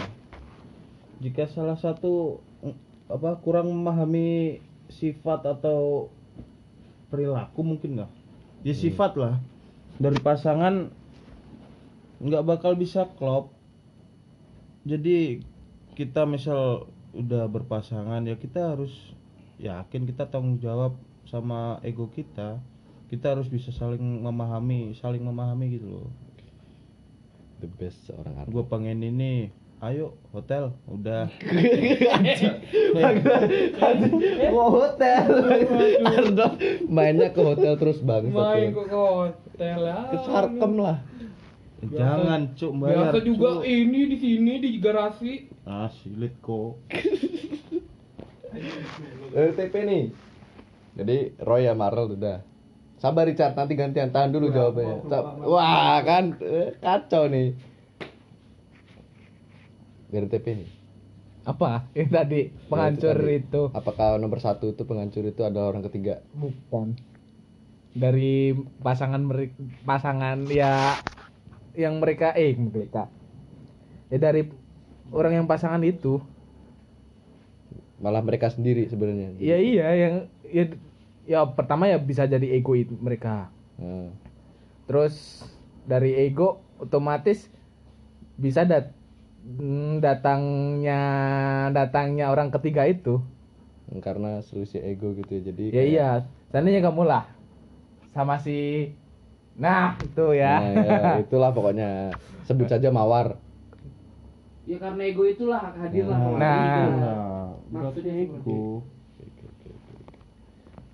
B: jika salah satu mm, apa kurang memahami sifat atau perilaku mungkin lah ya sifat lah dari pasangan nggak bakal bisa klop jadi kita misal udah berpasangan ya kita harus yakin kita tanggung jawab sama ego kita kita harus bisa saling memahami saling memahami gitu loh
A: the best seorang Arnold
B: gue pengen ini ayo hotel udah
A: Mau hotel Arnold mainnya ke hotel terus bang
C: main ke hotel ya
A: ke sarkem lah
B: jangan cuk bayar
C: biasa juga
B: Cuk.
C: ini di sini di garasi
B: ah silit kok
A: LTP Eh, nih jadi Roy sama Arnold udah sabar Richard nanti gantian tahan dulu jawabnya Sa- wah kan eh, kacau nih dari TP nih
D: Apa? Yang tadi penghancur
A: Dari
D: itu
A: apakah nomor satu itu penghancur itu adalah orang ketiga
D: bukan dari pasangan mereka pasangan ya yang mereka eh mereka ya dari orang yang pasangan itu
A: malah mereka sendiri sebenarnya
D: ya iya yang ya, ya pertama ya bisa jadi ego itu mereka
A: Nah,
D: terus dari ego otomatis bisa dat mm, datangnya datangnya orang ketiga itu
A: karena selisih ego gitu ya jadi
D: ya iya seandainya kamu lah sama si nah itu ya
A: Nah, ya, itulah pokoknya sebut saja mawar
C: ya karena ego itulah hadirlah
B: Nah,
D: Nah.
C: Itulah.
B: nah
A: Iya,
C: Maksudnya Iya,
B: berarti
C: seperti
B: ego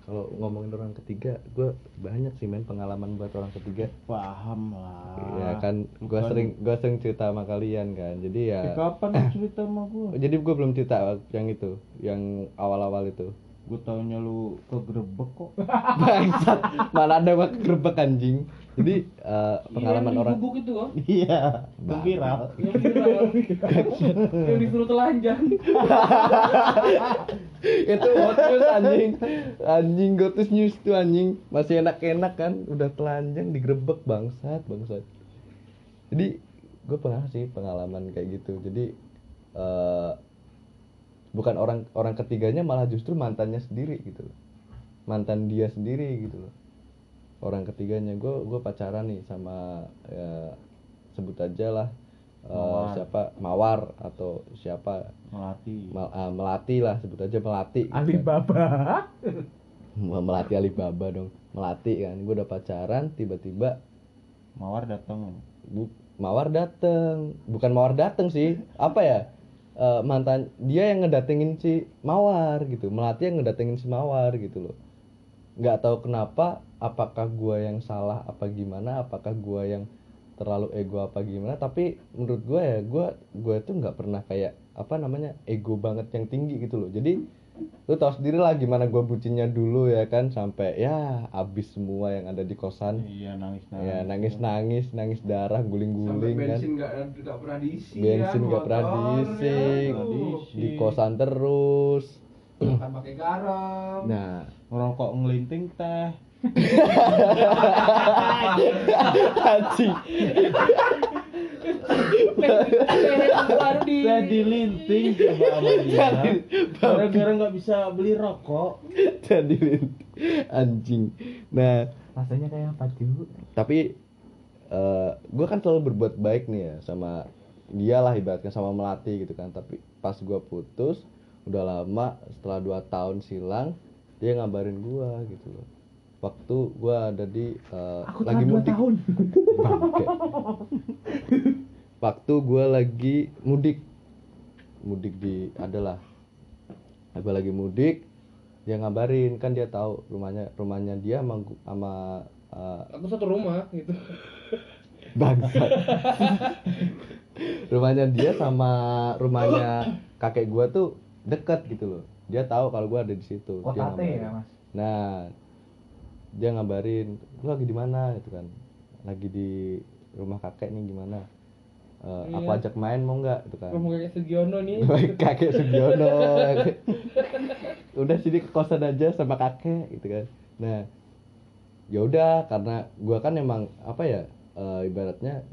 A: kalau ngomongin orang ketiga gue banyak sih main pengalaman buat orang ketiga
B: paham lah
A: ya kan gue
B: Ah, bukan.
A: sering gue sering cerita sama kalian kan jadi ya
B: Eh, kapan lu cerita sama gue
A: jadi gue belum cerita yang itu yang awal-awal itu
B: gue taunya lu kegerebek kok
A: bangsat mana ada mak gerbek anjing jadi eh, pengalaman
C: Iya, yang
A: orang
C: di gubuk itu oh.
B: iya lu viral
C: oh. yang viral. yang disuruh telanjang
A: itu hot news anjing anjing gotus news tuh anjing masih enak-enak kan udah telanjang digerebek bangsat bangsat jadi gue pernah sih pengalaman kayak gitu jadi eh bukan orang orang ketiganya malah justru mantannya sendiri gitu loh mantan dia sendiri gitu loh orang ketiganya gue gue pacaran nih sama ya, sebut aja lah eh,
B: Mawar.
A: siapa mawar atau siapa
B: melatih
A: Mel- ah, melati lah sebut aja melati gitu kan.
D: Alibaba.
A: Wah, melati Alibaba dong melati kan gue udah pacaran tiba-tiba
B: mawar datang
A: bu- mawar dateng bukan mawar dateng sih apa ya Eh, mantan dia yang ngedatengin si mawar gitu melati yang ngedatengin si mawar gitu loh nggak tahu kenapa apakah gua yang salah apa gimana apakah gua yang terlalu ego apa gimana tapi menurut gua ya gua gua tuh nggak pernah kayak apa namanya ego banget yang tinggi gitu loh jadi lu tau sendiri lah gimana gua bucinnya dulu ya kan sampai ya abis semua yang ada di kosan
B: iya nangis nangis
A: ya nangis nangis nangis darah guling
G: Sampai
A: guling kan
G: bensin nggak nggak pernah diisi ya,
A: bensin nggak pernah diisi di kosan terus
G: makan pakai garam
A: nah
B: ngerokok ngelinting teh
A: anjing
B: teh dilinting coba
G: Iya.
B: amalia gara-gara nggak bisa beli rokok
A: jadi anjing nah
E: Rasanya kayak apa tuh?
A: tapi eh gue kan selalu berbuat baik nih ya sama dia lah ibaratnya sama melati gitu kan tapi pas gue putus udah lama setelah dua tahun silang dia ngabarin gue gitu loh waktu gue ada di eh, lagi mudik Bangke. waktu gue lagi mudik mudik di adalah apa lagi mudik dia ngabarin kan dia tahu rumahnya rumahnya dia sama gu- sama eh,
C: Aku satu rumah gitu.
A: Nah. Bangsat. rumahnya dia sama rumahnya kakek gua tuh deket gitu loh. Dia tahu kalau gua ada di situ. Dia ngabarin.
F: mas
A: Nah, dia ngabarin, "Lu lagi di mana?" gitu kan. Lagi di rumah kakek nih gimana? Eh, aku
C: Iya. Oh,
A: ajak main mau nggak gitu kan.
C: Rumah kayak Sugiono nih.
A: kakek Sugiono udah sini ke kosan aja sama kakek gitu kan nah ya udah karena gua kan emang apa ya eh, ibaratnya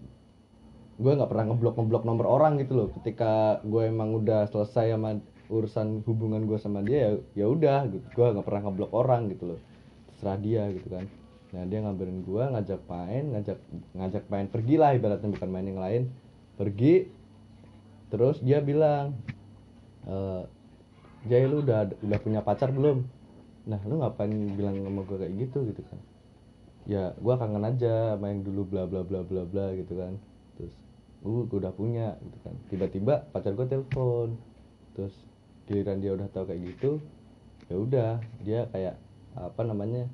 A: gua nggak pernah ngeblok ngeblok nomor orang gitu loh ketika gua emang udah selesai sama urusan hubungan gua sama dia ya ya udah gitu. gua nggak pernah ngeblok orang gitu loh terserah dia gitu kan nah dia ngabarin gua ngajak main ngajak ngajak main pergi lah ibaratnya bukan main yang lain pergi terus dia bilang eh Jay lu udah udah punya pacar belum? Nah lu ngapain bilang sama gue kayak gitu gitu kan? Ya gua kangen aja main dulu bla bla bla bla bla gitu kan. Terus "Uh, gua udah punya gitu kan. Tiba-tiba pacar gue telepon. Terus giliran dia udah tahu kayak gitu, ya udah dia kayak apa namanya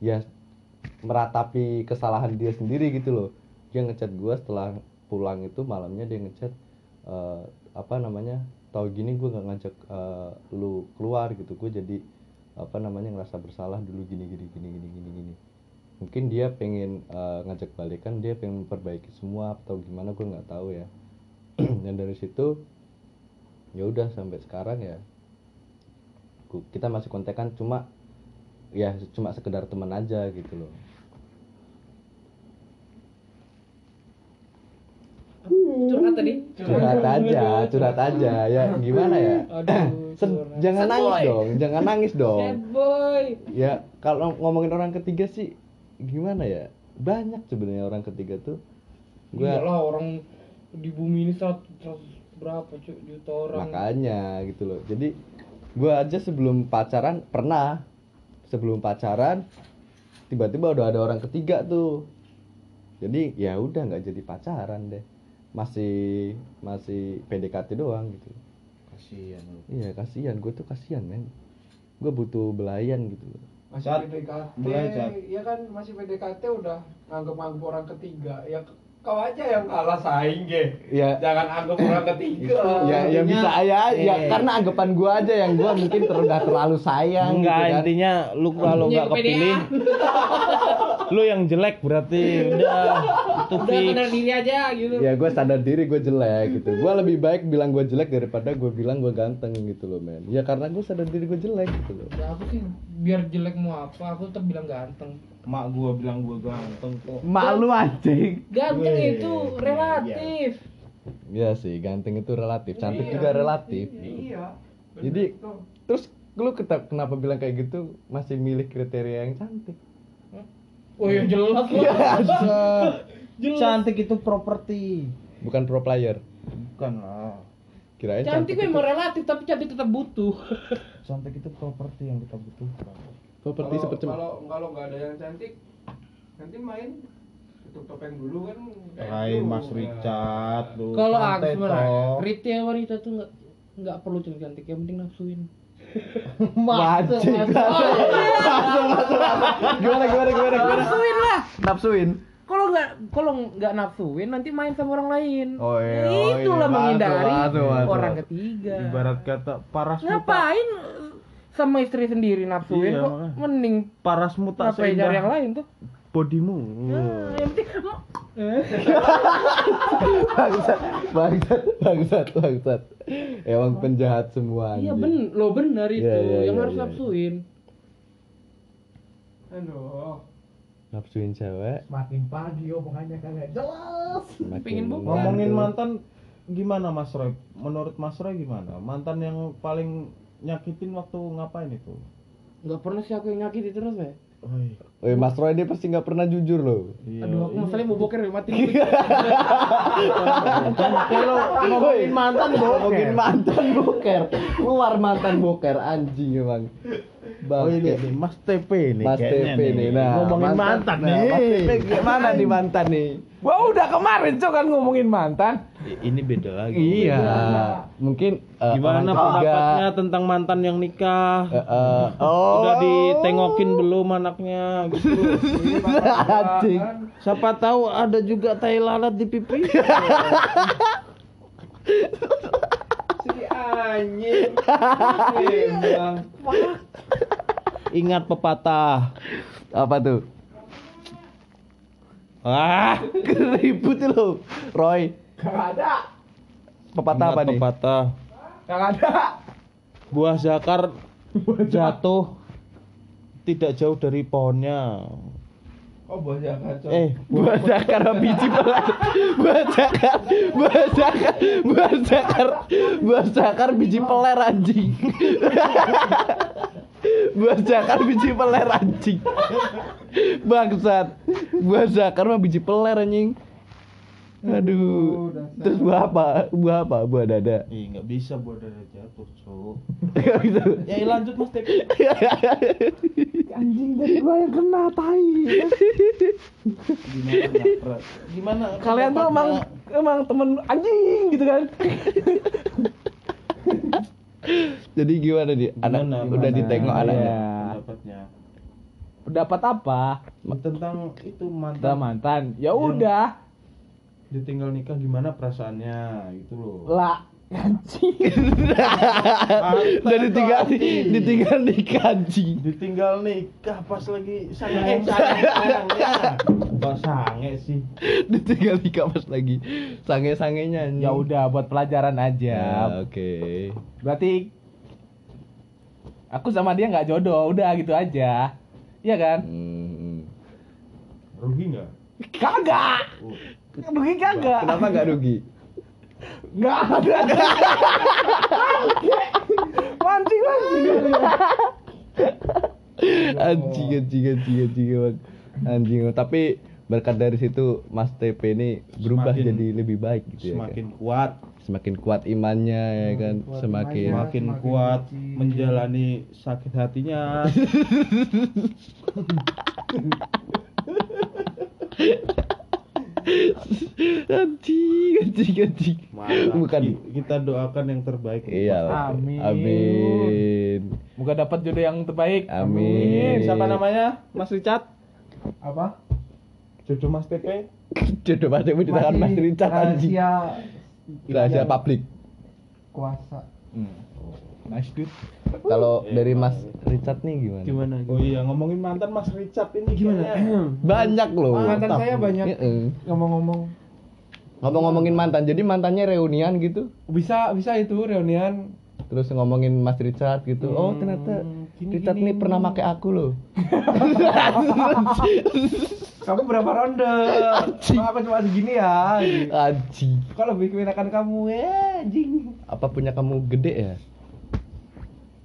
A: ya meratapi kesalahan dia sendiri gitu loh dia ngechat gua setelah pulang itu malamnya dia ngechat eh, apa namanya tau gini gua nggak ngajak eh, lu keluar gitu gue jadi apa namanya ngerasa bersalah dulu gini gini gini gini gini gini mungkin dia pengen eh, ngajak balikan dia pengen memperbaiki semua atau gimana gue nggak tahu ya dan dari situ ya udah sampai sekarang ya ku- kita masih kontekan cuma ya cuma sekedar teman aja gitu loh
C: Curhat tadi.
A: curhat aja curhat aja ya gimana ya
C: Aduh.
A: Sen- jangan nangis dong jangan nangis dong
C: Sad boy.
A: ya kalau ngomongin orang ketiga sih gimana ya banyak sebenarnya orang ketiga tuh gue
C: Iyalah orang di bumi ini seratus seratus berapa cuy juta orang.
A: makanya gitu loh jadi gue aja sebelum pacaran pernah sebelum pacaran tiba-tiba udah ada orang ketiga tuh jadi ya udah nggak jadi pacaran deh masih masih PDKT doang gitu
B: kasihan lu
A: iya kasihan gue tuh kasihan men gue butuh belayan gitu loh
G: masih
B: Cat,
G: PDKT
B: mulai, Cat.
G: ya kan masih PDKT udah nganggep nganggep orang ketiga ya k- kau aja yang kalah saing ge
A: ya
G: jangan anggap orang ketiga
A: ya ya bisa ya, ya
B: Eh.
A: karena anggapan gue aja yang gue mungkin ter, udah terlalu sayang
E: Enggak,
A: gitu kan.
E: intinya lu kalau nggak
C: Punya
E: kepilih,
C: kepedean.
B: lu yang jelek berarti udah itu
C: udah
B: fix.
C: sadar diri aja gitu
A: ya gue sadar diri gue jelek gitu gue lebih baik bilang gue jelek daripada gue bilang gue ganteng gitu loh men ya karena gue sadar diri gue jelek gitu loh
C: Ya, aku sih biar jelek mau apa aku tetap bilang ganteng
G: Mak gua bilang gua ganteng kok.
H: Malu anjing.
C: ganteng itu relatif
A: ya sih ganteng itu relatif cantik juga relatif gitu.
I: Iya.
A: jadi terus lu keta- kenapa bilang kayak gitu masih milih kriteria yang cantik
C: oh ya jelas lah
B: cantik itu properti
A: bukan pro player
G: Bukan lah.
A: kirain
C: cantik
A: cantik,
C: memang relatif tapi cantik tetap butuh
G: Cantik itu properti yang kita butuhkan.
A: properti
I: Kalau-
A: seperti
I: kalau kalau nggak ada yang cantik nanti main tutup topeng dulu kan kayak
G: Hai
I: itu.
G: Mas
I: Nah,
G: Richard lu.
C: kalau aku
G: santai,
C: sebenarnya
G: toh.
C: kriteria wanita tuh nggak nggak perlu cantik cantik yang penting nafsuin
A: gimana gimana gimana gimana
C: nafsuin lah
A: nafsuin
C: kalau nggak kalau nggak nafsuin nanti main sama orang lain
A: Oh iya, oh iya.
C: itulah
A: Waduh,
C: menghindari
A: waduh, waduh.
C: orang ketiga
B: ibarat kata paras muta
C: ngapain sama istri sendiri nafsuin
B: Iya,
C: kok
B: makanya.
C: mending
B: paras muta
C: ngapain cari yang
B: seindah
C: lain tuh
B: bodimu
A: Iya.
C: Ah, yang penting
A: bangsat bangsat bangsat bangsat emang penjahat semua
C: Iya
A: anjing.
C: ben, lo benar itu
A: Iya, iya, iya,
C: yang harus
A: iya.
C: nafsuin.
I: aduh
A: nafsuin cewek
D: Makin pagi
G: oh,
D: omongannya kagak jelas.
A: makin
C: Pengen bukan.
B: ngomongin
A: mantu.
B: mantan gimana Mas Roy menurut Mas Roy gimana mantan yang paling nyakitin waktu ngapain itu
C: Gak pernah sih aku yang nyakiti terus ya.
B: Oi,
A: Eh, Mas Roy dia pasti nggak pernah jujur loh.
B: iya.
C: Aduh aku masalahnya mau
A: Iya.
C: boker mati.
A: Kalau ngomongin mantan boker. Ngomongin mantan boker. Keluar mantan boker anjing emang.
B: Oh ini
A: Bangke.
B: nih, Mas TP nih
A: Mas
B: kayaknya
A: TP nih. Nah,
B: ngomongin mantan,
A: nah, Mas
B: nih.
A: TP gimana nih mantan nih?
D: Gua udah kemarin cok kan ngomongin mantan.
B: Ini beda lagi.
A: Iya. Mungkin eh, orang
B: Gimana
A: ketiga,
B: pendapatnya tentang mantan yang nikah?
A: eh, eh, oh.
B: Udah ditengokin belum anaknya gitu.
A: anjing.
B: Kan, Siapa tahu ada juga tai lalat di pipi.
I: si anjing emang
B: Ingat pepatah.
A: Apa tuh?
B: Ah,
A: Ribut lo, Roy. Pepatah
B: ingat
A: apa nih?
B: Pepatah. Buah zakar jatuh tidak jauh dari pohonnya.
I: oh bos ya kacau
B: Eh,
A: Buah zakar sama biji pelan. Buah zakar, buah zakar, buah zakar, buah zakar biji peler anjing. Buah zakar biji peler anjing. Bangsat. Buah zakar sama biji peler anjing. Aduh. Terus buah apa? Buah apa? Buah dada.
B: Ih, nggak bisa buat dada jatuh, Cuk.
A: Gitu.
B: Ya lanjut Mas Tepi.
D: Anjing dari gua yang kena tai.
B: Gimana?
D: Kalian tuh emang emang temen anjing gitu kan.
A: Jadi gimana nih? Anak
B: Gimana,
A: udah
B: gimana?
A: ditengok anaknya.
D: Iya.
B: pendapatnya?
D: Pendapat apa?
B: Tentang itu
D: Udah
B: mantan
D: mantan. Ya udah.
B: ditinggal nikah gimana perasaannya gitu loh.
D: Lah anjing.
A: Udah ditinggal ditinggal nikah anjing.
B: ditinggal nikah pas lagi sange eh, sange sange Kok sange sih
A: ditinggal nikah pas lagi sange-sangenya anjing.
D: Ya udah buat pelajaran
A: ya
D: aja.
A: oke
D: Berarti aku sama dia nggak jodoh, udah gitu aja. Iya kan?
A: Hmm.
B: rugi nggak
D: Kagak. Rugi kagak.
A: kenapa nggak rugi
D: Nggak ada. Mancing lagi.
A: anjing anjing anjing anjing emang. anjing tapi berkat dari situ Mas TP ini berubah
B: Semakin-
A: jadi lebih baik gitu ya
B: semakin kuat
A: kan? semakin kuat imannya ya kan semakin
B: makin kuat menjalani sakit hatinya
A: anjing anjing anjing
B: Mantap.
A: bukan
B: Ki- kita doakan yang terbaik
A: iya
D: Amin.
A: amin
D: Moga dapat jodoh yang terbaik.
A: amin
B: siapa namanya Ya, Mas Richard
D: Apa?
B: jodoh Mas TP
A: jodoh Mas TP di tangan Mas
G: ya.
A: Richard anjing
D: Rahasia
A: rahasia publik
D: kuasa.
G: Nice dude.
A: Kalau dari Mas Richard nih gimana?
G: Iya, Gimana?
B: Oh iya ngomongin mantan Mas Richard
J: Eh.
B: ini gimana?
G: Eh,
A: Banyak loh.
G: Mantan saya banyak
A: Heeh.
G: ngomong-ngomong.
A: Ngomong-ngomongin mantan. Jadi mantannya reunian gitu.
G: Bisa bisa itu reunian.
A: Terus ngomongin Mas Richard gitu. Oh,
G: Hmm,
A: ternyata Richard nih pernah make aku loh.
G: Kamu berapa ronde? Kalau aku cuma segini ya.
A: Aji.
G: Kalau lebih kemenakan kamu ya, anjing.
A: Apa punya kamu gede ya?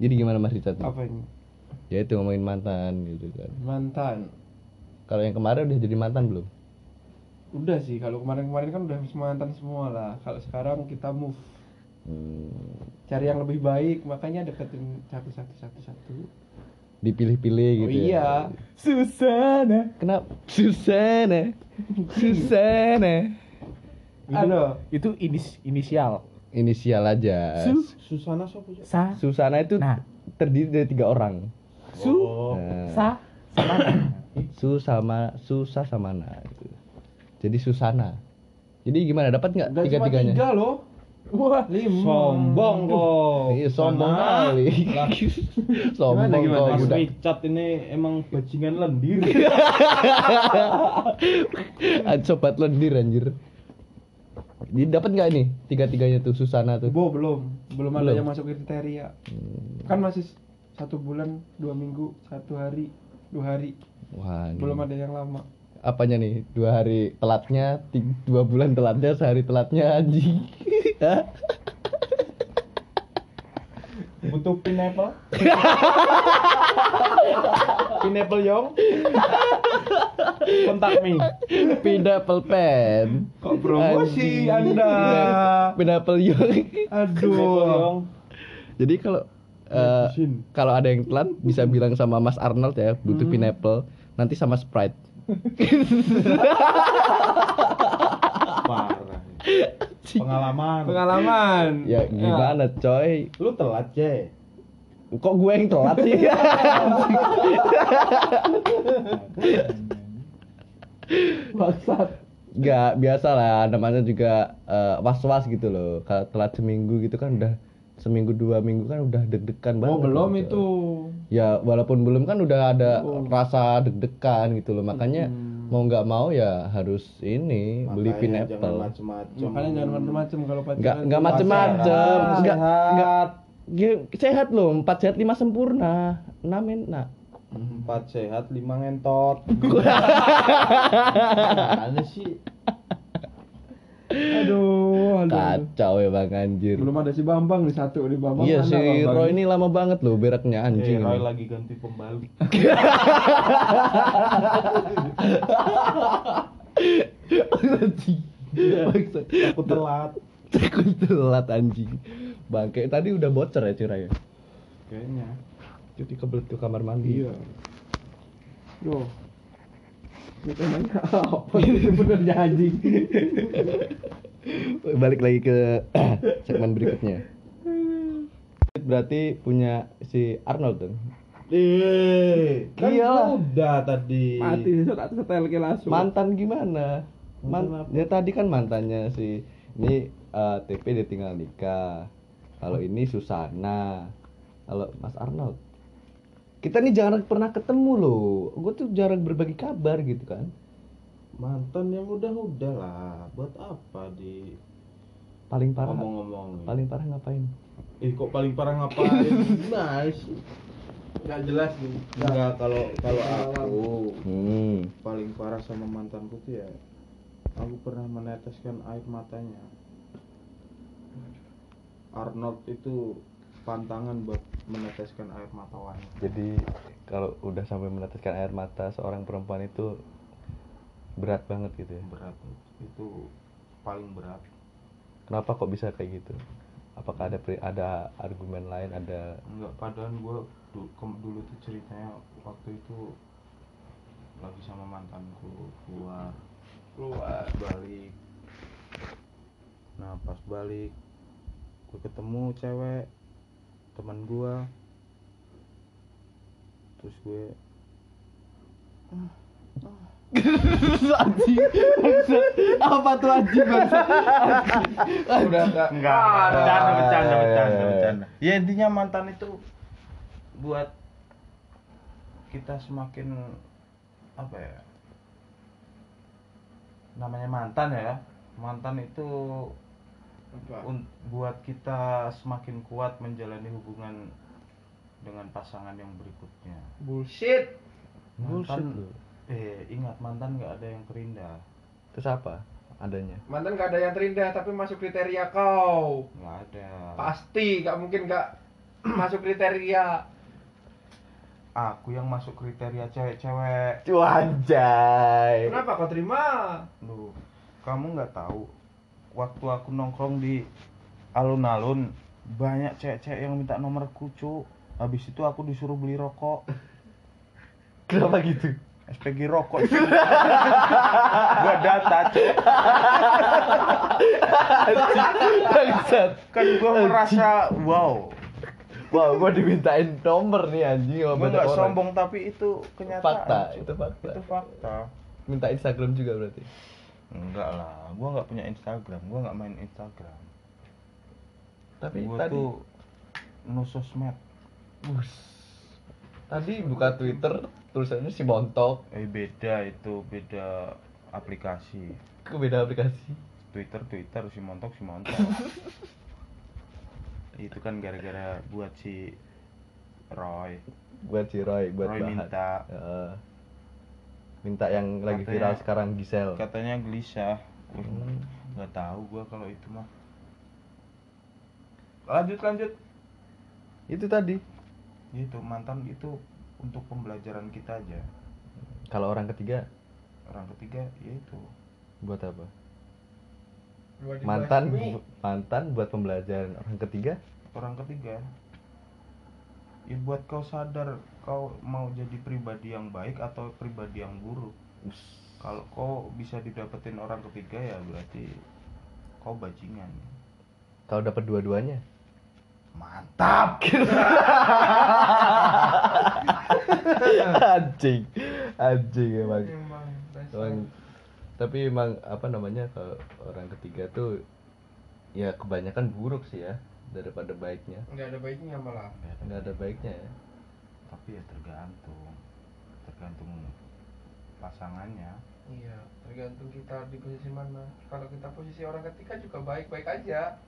A: Jadi gimana Mas Richard? nih?
G: Apa ini?
A: Ya itu ngomongin mantan gitu kan.
G: Mantan.
A: Kalau yang kemarin udah jadi mantan belum?
G: Udah sih, kalau kemarin-kemarin kan udah habis mantan semua lah. Kalau sekarang kita move
A: Hmm,
G: cari yang lebih baik, makanya deketin satu satu satu satu.
A: dipilih-pilih
G: Oh
A: gitu ya.
G: iya, Susana.
A: Kenapa? Susana. Susana.
G: Aduh,
J: Itu inis inisial.
A: Inisial aja.
K: Susana siapa ya?
J: Sa
A: Susana itu
J: Nah.
A: terdiri dari tiga orang.
J: su
B: Oh.
G: Eh.
A: Nah,
J: sa sama
A: Su sama Susa sama Na. gitu. Jadi Susana. Jadi gimana dapat nggak
G: Gak
A: tiga
G: cuma
A: tiganya?
G: tiga loh. Wah, lima.
B: Sombong kok.
A: Iya sombong
B: Susana.
A: kali.
B: Lah,
A: sombong kok
B: Mas
A: budak.
B: Richard ini emang bajingan lendir.
A: Ah, Sobat lendir anjir. Jadi dapat nggak nih tiga tiganya tuh Susana tuh?
G: Bo belum, belum ada
A: Belum. Hmm.
G: yang masuk kriteria. Kan masih s- satu bulan, dua minggu, satu hari, dua hari.
A: Wah. ini-
G: Belum ada yang lama.
A: Apanya nih dua hari telatnya, ti- dua bulan telatnya, sehari telatnya anjing. Hah?
B: Butuh pineapple.
G: Pineapple Yong,
B: Kontak me.
A: Pineapple pen.
G: kok promosi Anda?
A: Pineapple yuk.
G: Aduh.
A: iya. Jadi kalau eh, kalau ada yang telat bisa bilang sama Mas Arnold ya butuh pineapple nanti sama Sprite.
B: Parah. Pengalaman.
G: Pengalaman.
A: Ya gimana coy?
B: Lu telat, Jay.
A: Kok gue yang telat sih?
G: Bangsat.
A: Gak biasa lah namanya juga eh, was-was gitu loh. Kalau telat seminggu gitu kan udah seminggu dua minggu kan udah deg-degan banget.
G: Oh belum
A: gitu.
G: itu. Oh.
A: Ya walaupun belum kan udah ada rasa deg-degan gitu loh. Makanya
G: Hmm.
A: mau nggak mau ya harus ini beli
B: Makanya
A: pineapple.
B: Jangan macem-macem.
G: Makanya jangan macem-macem kalau pacaran.
A: nggak nggak macem-macem nggak nggak Ya, sehat loh empat sehat lima sempurna enam enak
B: Empat sehat, lima ngentot. Aneh sih.
G: Aduh, aduh, aduh.
A: kacau ya bang anjir
G: Belum ada si Bambang di satu di Bambang.
A: iya
G: mana
A: si
G: Bambang?
A: Roy ini lama banget loh beraknya
B: Eh,
A: anjing
B: Roy
A: ini.
B: lagi ganti pembalik.
A: Bangsat.
B: Aku telat.
A: Takut telat anjing bangke tadi udah bocor ya cerai
B: Kayaknya.
A: jadi kebelet ke kamar mandi
G: Iya. Yo. Ini temanya apa sih sebenarnya anjing?
A: balik lagi ke segmen berikutnya berarti punya si Arnold tuh
B: Eh, kan
A: Iyalah.
B: udah tadi.
G: Mati setel setel ke langsung.
A: mantan gimana? Man ya tadi kan mantannya si ini eh, TP dia tinggal nikah. Kalau ini Susana. Kalau Mas Arnold. Kita nih jarang pernah ketemu loh. Gue tuh jarang berbagi kabar gitu kan.
B: Mantan yang udah-udah lah. Buat apa di
A: Paling parah.
B: ngomong-ngomong?
A: Paling parah ngapain?
B: Eh kok paling parah ngapain? nice.
G: Gak jelas nih.
B: Enggak kalau kalau aku
A: Hmm.
B: paling parah sama mantanku tuh ya aku pernah meneteskan air matanya. Arnold itu pantangan buat meneteskan air mata wanita.
A: Jadi kalau udah sampai meneteskan air mata seorang perempuan itu berat banget gitu ya.
B: Berat itu paling berat.
A: Kenapa kok bisa kayak gitu? Apakah ada pri- ada argumen lain, ada
B: Enggak, padahal gue dulu, dulu tuh ceritanya waktu itu lagi sama mantanku keluar keluar balik nah pas balik gue ketemu cewek teman gue terus gue "Ah, ah,
L: anjing bangsat. apa tuh anjing bangsat? Ah,
B: udah enggak enggak Iya, bercanda bercanda bercanda bercanda ya intinya mantan itu buat kita semakin apa ya namanya mantan ya mantan itu un- buat kita semakin kuat menjalani hubungan dengan pasangan yang berikutnya
C: Bullshit.
B: mantan eh ingat mantan nggak ada yang terindah
A: Terus apa adanya?
C: Mantan gak ada yang terindah tapi masuk kriteria kau.
B: nggak ada
C: Pasti gak mungkin gak masuk kriteria.
B: aku yang masuk kriteria cewek-cewek
A: Wajay.
C: Kenapa kau terima?
B: Duh, kamu nggak tahu waktu aku nongkrong di alun-alun banyak cewek-cewek yang minta nomor cucu habis itu aku disuruh beli rokok
A: Kenapa gitu?
B: SPG rokok cuy. gua data cuy
A: Bangsat.
B: kan gua merasa wow
A: Wah, gua dimintain nomor nih anjing sama
B: gua
A: banyak
B: nggak
A: orang.
B: sombong tapi itu kenyataan
A: Fakta,
B: cuy.
A: itu fakta.
B: itu fakta
A: Minta Instagram juga berarti.
B: enggak lah gua nggak punya Instagram gua nggak main Instagram
A: Tapi
B: gua
A: tadi
B: tuh no sosmed
A: Bus. Tadi buka Twitter tulisannya si Montok
B: eh beda itu beda aplikasi
A: ke beda aplikasi.
B: Twitter Twitter si montok si montok itu kan gara-gara buat si Roy
A: Buat si Roy, buat
B: Roy
A: Bahat.
B: minta.
A: Heeh. minta yang lagi
B: Katanya-
A: viral sekarang Gisel.
B: katanya gelisah Wih,
A: Hmm.
B: nggak tahu gua kalau itu mah lanjut lanjut
A: Itu tadi.
B: itu mantan itu untuk pembelajaran kita aja
A: Kalau orang ketiga
B: orang ketiga ya itu
A: buat apa? Mantan bu- mantan buat pembelajaran orang ketiga
B: orang ketiga ya buat kau sadar kau mau jadi pribadi yang baik atau pribadi yang buruk kalau kau bisa didapetin orang ketiga ya berarti kau bajingan
A: kalau dapat dua-duanya.
B: mantap
A: anjing. Anjing emang.
C: Iya,
A: Emang- tapi emang apa namanya kalau orang ketiga tuh ya kebanyakan buruk sih ya daripada baiknya.
C: Gak ada baiknya malah.
A: nggak ada baiknya ya
B: tapi ya tergantung tergantung pasangannya
C: Iya, tergantung kita di posisi mana. Kalau kita posisi orang ketiga juga baik-baik aja.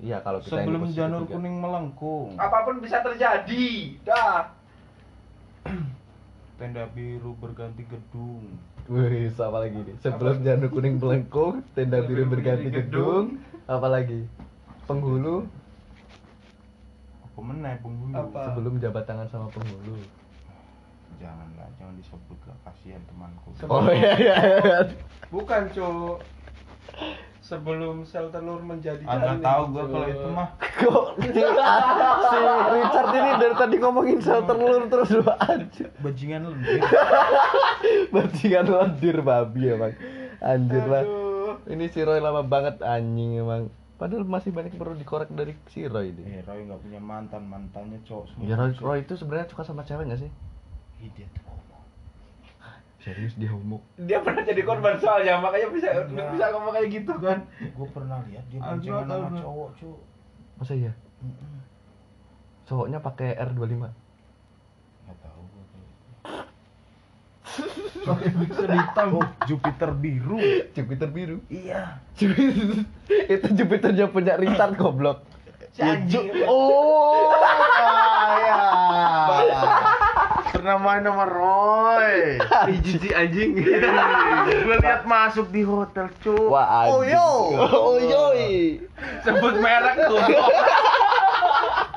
A: iya kalau kita yang di
B: sebelum
A: posisi
B: janur
A: ketiga.
B: kuning melengkung
C: Apapun bisa terjadi. Dah.
B: tenda biru berganti gedung
A: wih apa lagi nih sebelum janur kuning melengkung tenda biru berganti gedung apalagi penghulu
B: apa meneh penghulu
C: Apa?
A: sebelum jabat tangan sama penghulu
B: janganlah jangan disebutlah kasihan temanku
A: oh iya iya iya.
C: Bukan, Cuk. Sebelum sel telur menjadi
B: Ah, nggak
C: janin,
B: tahu gua
C: Cuk.
B: kalau itu mah
A: kok si Richard ini dari tadi ngomongin sel telur terus lu anjir
B: bajingan lebih
A: bajingan lu anjir babi emang anjir lah
C: Aduh.
A: ini si Roy lama banget anjing emang padahal masih banyak yang perlu dikorek dari si Roy ini
B: eh Roy nggak punya mantan mantannya cowok semua
A: Ya Roy, Roy itu sebenarnya suka sama cewek gak sih?
B: Ih, dia tuh homo
A: Serius dia homo.
C: Dia pernah jadi korban soalnya, makanya bisa bisa ngomong kayak gitu kan.
B: gue pernah lihat dia
C: Aduh,
B: boncengan sama
C: aduh.
B: cowok cowok
A: Masa iya? Cowoknya pakai R25.
B: nggak tahu gitu. gue Jupiter hitam, oh, Jupiter biru.
A: Jupiter biru.
B: Iya.
A: itu Jupiternya punya Richard goblok.
C: Si anjing.
B: Oh, ya. Pernah main sama Roy.
A: Jiji anjing.
B: Gue lihat masuk di hotel cu.
A: Wah, anjing. Oyo. Oyoi.
C: Sebut merek tuh.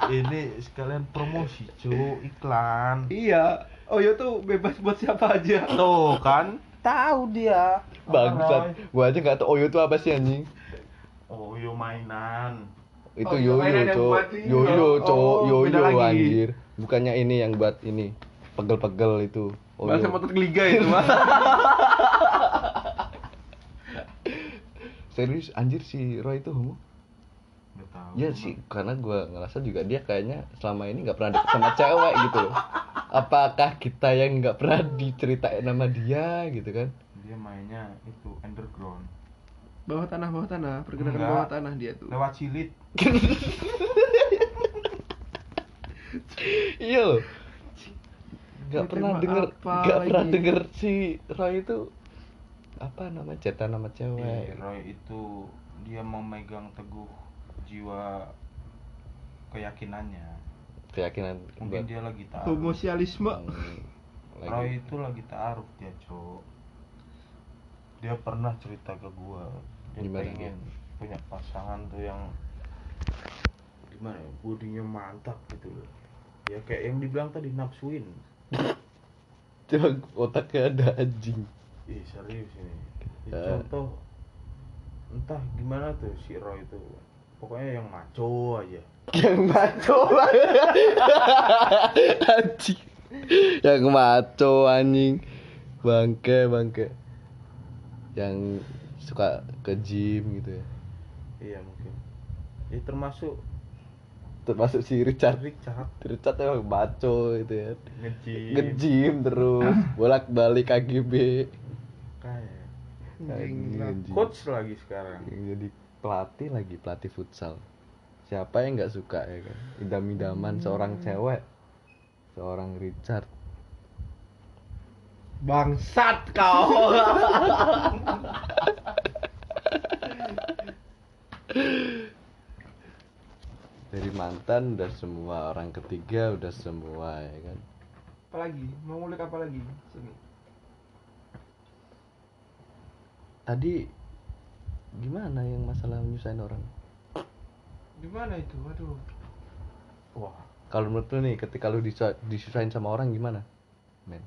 B: Ini sekalian promosi cu, iklan.
C: iya. Oh, yo tuh bebas buat siapa aja.
B: Tuh kan, tahu dia.
A: Bangsat. Gua aja enggak tahu Oyo itu apa sih anjing.
B: Oh, yo mainan.
A: Itu
C: Oh,
A: yoyo,
C: mainan yang
A: cowok.
C: buat ini.
A: Yoyo,
C: Oh,
A: cowok.
B: beda
A: Yoyo
B: lagi.
A: anjir. Bukannya ini yang buat ini pegel-pegel itu. Oh,
C: Bahasa
A: Oyo.
C: motor geliga itu mah.
A: Serius anjir si Roy itu homo?
B: Gak tahu.
C: Iya
A: Ya sih, karena gua ngerasa juga dia kayaknya selama ini nggak pernah deket sama cewek gitu loh. apakah kita yang nggak pernah diceritain nama dia gitu kan
B: dia mainnya itu underground
M: Bawah tanah, bawah tanah, pergerakan
B: Enggak.
M: bawah tanah dia tuh.
B: lewat cilit
A: iya loh nggak
M: Dia
A: pernah
M: terima
A: denger
M: apa
A: nggak pernah
M: lagi?
A: denger si Roy itu apa nama cetan nama
C: Iya,
A: cewek
B: Eh, Roy itu dia memegang teguh jiwa keyakinannya
A: keyakinan
B: mungkin dia lagi taruh
M: Homosialisme.
A: lagi
B: Roy itu lagi taruh dia cok dia pernah cerita ke gua dia
A: Gimana
B: pengen punya pasangan tuh yang gimana ya bodinya mantap gitu loh ya kayak yang dibilang tadi nafsuin
A: Coba otaknya ada anjing
B: ih serius ini Ini
A: Eh.
B: contoh entah gimana tuh si Roy itu pokoknya yang maco aja
A: yang maco anjing yang maco anjing bangke bangke yang suka ke gym gitu ya
B: iya mungkin ya termasuk
A: termasuk si Richard
B: Richard
A: Richard emang maco gitu ya
B: ngeji
A: nge-gym terus bolak balik KGB
B: kayak
A: Anjing, anjing.
B: coach lagi sekarang
A: Yang jadi pelatih lagi pelatih futsal siapa yang nggak suka ya kan idam-idaman seorang cewek seorang Richard
M: Bangsat kau.
A: dari mantan udah semua orang ketiga udah semua ya kan
M: Apalagi? Mau ngulik apa lagi? Sini.
A: tadi gimana yang masalah menyusahin orang
M: Gimana itu? Aduh.
A: kalau menurut lu nih ketika lu disu- disusahin sama orang gimana men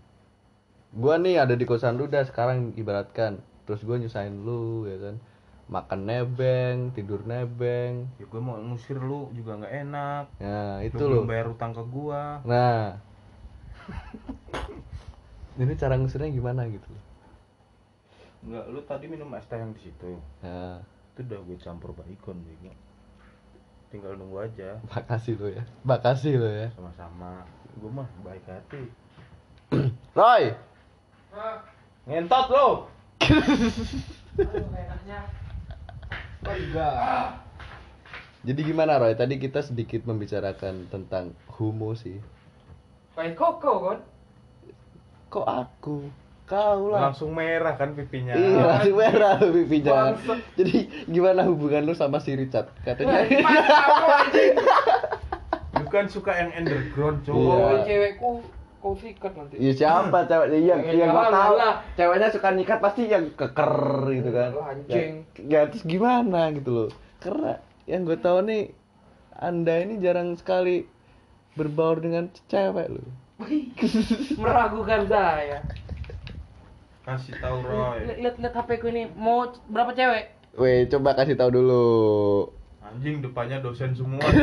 A: gua nih ada di kosan lu dah sekarang ibaratkan terus gua nyusahin lu ya kan makan nebeng tidur nebeng
B: ya gue mau ngusir lu juga nggak enak
A: nah itu
B: lu
A: loh
B: belum bayar utang ke gua
A: nah jadi cara ngusirnya gimana gitu loh
B: nggak lu tadi minum es teh yang di situ
A: nah
B: itu udah gue campur baikon juga tinggal nunggu aja
A: makasih lo ya makasih lo ya
B: sama-sama gue mah baik hati
A: Roy
B: ngentot lo
A: jadi gimana Roy tadi kita sedikit membicarakan tentang humo sih
C: Kayak koko kan?
A: kok aku kau lah
B: langsung merah kan
C: ya.
B: pipinya
A: Iya, masih merah lu pipinya. Jadi gimana hubungan lu sama si Richard? Katanya
B: lu kan suka yang underground
A: Iya.
B: cowok
C: Oh, cewekku kau sikat nanti.
A: Ya siapa ceweknya yang
C: Ya,
A: yang gua
C: jangan
A: tahu
C: lah.
A: ceweknya suka nikat pasti yang keker gitu kan.
C: Lah, anjing.
A: Ya, ya, terus gimana gitu loh. Karena yang gue tahu nih Anda ini jarang sekali berbaur dengan cewek lu.
C: Meragukan saya.
B: kasih tahu Roy
C: Lihat lihat HP ku ini mau c- berapa cewek?
A: Weh, coba kasih tahu dulu.
B: anjing depannya dosen semua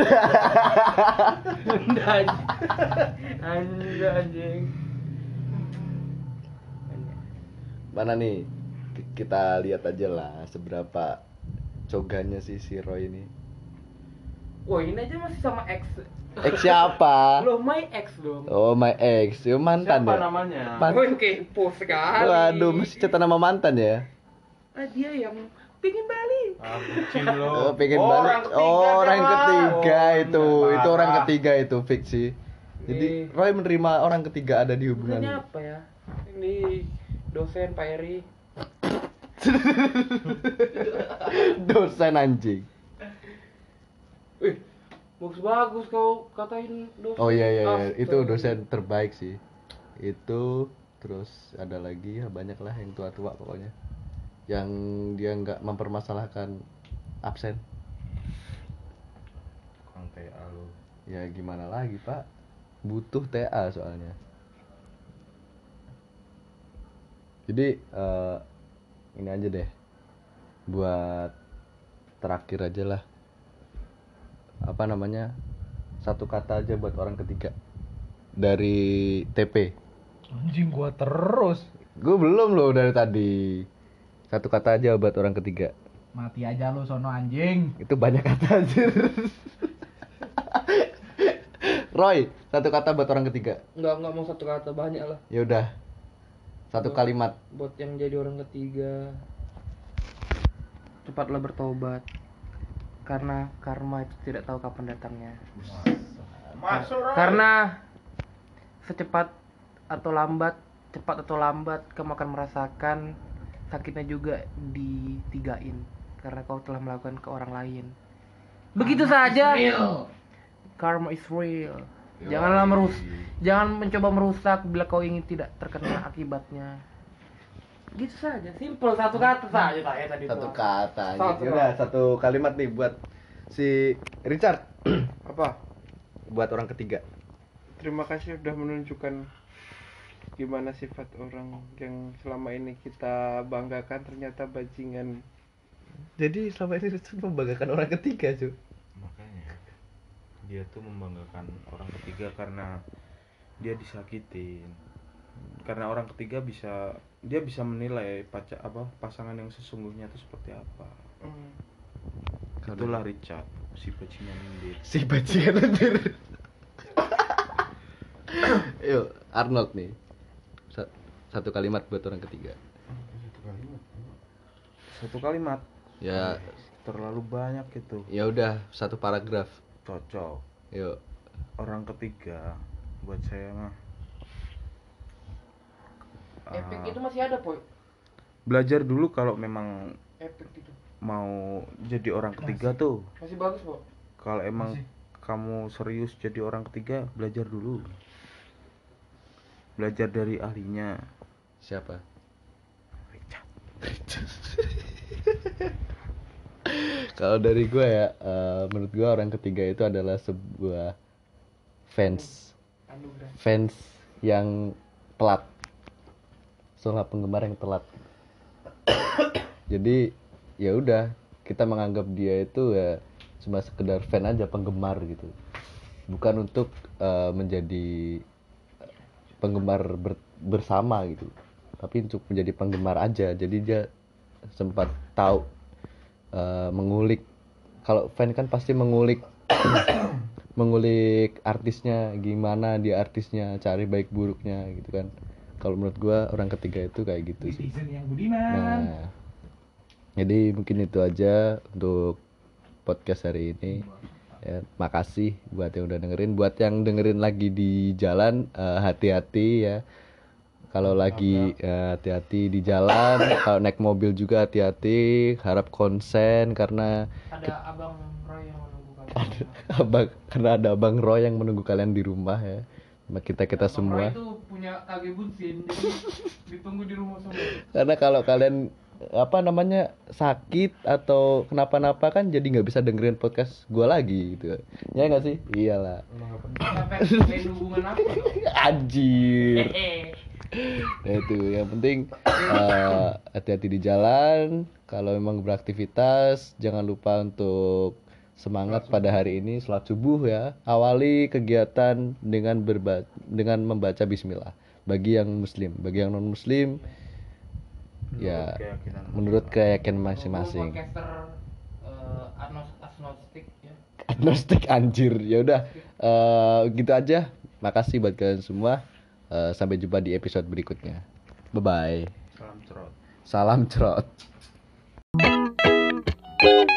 C: Anjing. Anjing anjing.
A: Mana nih? Ki- Kita lihat aja lah seberapa coganya si si Roy ini.
C: Wah, ini aja masih sama ex.
A: Ex siapa?
C: Loh, my ex dong.
A: Oh my ex, yo mantan ya.
B: apa namanya
A: Man-
C: Gue kepo sekali.
A: Waduh, masih cerita nama mantan ya?
C: Ah, dia yang pingin balik.
B: ah, bucin
A: Oh,
B: lo
A: pengen
B: orang
A: balik. Oh,
B: ketiga
A: orang
B: dia, Bang.
A: ketiga
B: Oh,
A: itu,
B: parah. Iya.
A: itu orang ketiga itu fiksi. Jadi
C: Eh.
A: Roy menerima orang ketiga ada di hubungan.
C: Maksudnya apa ya? Ini dosen Pak Eri.
A: Dosen anjing.
C: Wih, bagus bagus kau katain dosen.
A: Oh iya iya, iya.
C: Astaga.
A: itu dosen terbaik sih. Itu terus ada lagi ya banyak lah yang tua-tua pokoknya. Yang dia nggak mempermasalahkan absen.
B: Tukang TA lo
A: Ya gimana lagi pak? Butuh TA soalnya. Jadi eh, ini aja deh, buat terakhir aja lah. Apa namanya? Satu kata aja buat orang ketiga dari TP.
G: Anjing gua terus.
A: Gue belum loh dari tadi. Satu kata aja buat orang ketiga.
G: Mati aja lu sono anjing.
A: Itu banyak kata anjir. Roy, satu kata buat orang ketiga.
C: Enggak, enggak mau satu kata banyak lah
A: Ya udah. Satu kalimat.
C: buat yang jadi orang ketiga. Cepatlah bertobat. Karena karma itu tidak tahu kapan datangnya.
N: Masuk Roy.
C: Karena secepat atau lambat, cepat atau lambat kamu akan merasakan sakitnya juga ditigain karena kau telah melakukan ke orang lain. Begitu saja. Karma is real. Janganlah merus jangan mencoba merusak bila kau ingin tidak terkena akibatnya. Gitu saja, simple satu kata saja saya
O: ya,
C: tadi.
A: Satu
C: tuh.
A: kata. aja.
C: Satu.
A: Ya udah, satu kalimat nih buat si Richard
N: Apa?
A: buat orang ketiga.
N: Terima kasih sudah menunjukkan gimana sifat orang yang selama ini kita banggakan ternyata bajingan.
A: Jadi selama ini Richard membanggakan orang ketiga, cuy.
B: makanya dia tuh membanggakan orang ketiga karena dia disakitin karena orang ketiga bisa dia bisa menilai pacar apa pasangan yang sesungguhnya itu seperti apa
O: Hmm.
B: itulah Richard si bajingan ini
A: Si bajingan anjir. Yuk, Arnold nih. Sa- Satu kalimat buat orang ketiga.
B: satu kalimat
A: Ya,
B: terlalu banyak itu
A: ya udah satu paragraf.
B: cocok
A: Yuk.
B: orang ketiga buat saya mah
O: Epic
B: ah,
O: itu masih ada, Poy.
B: belajar dulu kalau memang
O: Epic itu.
B: mau jadi orang ketiga tuh
O: Masih bagus, Poy.
B: kalau emang kamu serius jadi orang ketiga belajar dulu belajar dari ahlinya
A: Siapa? Kalau dari gue ya, eh, menurut gue orang ketiga itu adalah sebuah fans, fans yang telat, seorang penggemar yang telat. Jadi ya udah kita menganggap dia itu ya cuma sekedar fan aja penggemar gitu, bukan untuk eh, menjadi penggemar ber- bersama gitu tapi untuk menjadi penggemar aja jadi dia sempat tahu eh, mengulik kalau fan kan pasti mengulik mengulik artisnya gimana dia artisnya cari baik buruknya gitu kan kalau menurut gua orang ketiga itu kayak gitu sih
G: Netizen yang budiman.
A: Nah, jadi mungkin itu aja untuk podcast hari ini. Ya, makasih buat yang udah dengerin. Buat yang dengerin lagi di jalan, eh, hati-hati ya. Kalau lagi eh, hati-hati di jalan, kalau naik mobil juga hati-hati. Harap konsen karena
O: Ada Abang Roy yang menunggu kalian.
A: abang karena ada abang Roy yang menunggu kalian di rumah ya. Sama Kita kita
O: Abang Roy
A: semua.
O: itu punya kage bunsin, jadi ditunggu di rumah semua.
A: karena kalau kalian apa namanya sakit atau kenapa-napa kan jadi nggak bisa dengerin podcast gua lagi gitu ya nggak sih iyalah
O: Sampai main hubungan apa? dong?
A: anjir
O: Hehe.
A: nah, itu yang penting eh, hati-hati di jalan kalau memang beraktivitas jangan lupa untuk semangat pada hari ini sholat subuh ya awali kegiatan dengan berba dengan membaca Bismillah bagi yang muslim bagi yang non muslim ya menurut keyakinan masing-masing
O: Podcaster eh, agnos- agnostik ya.
A: agnostik anjir ya udah eh, gitu aja makasih buat kalian semua Eh, sampai jumpa di episode berikutnya bye bye
B: salam cerot
A: salam cerot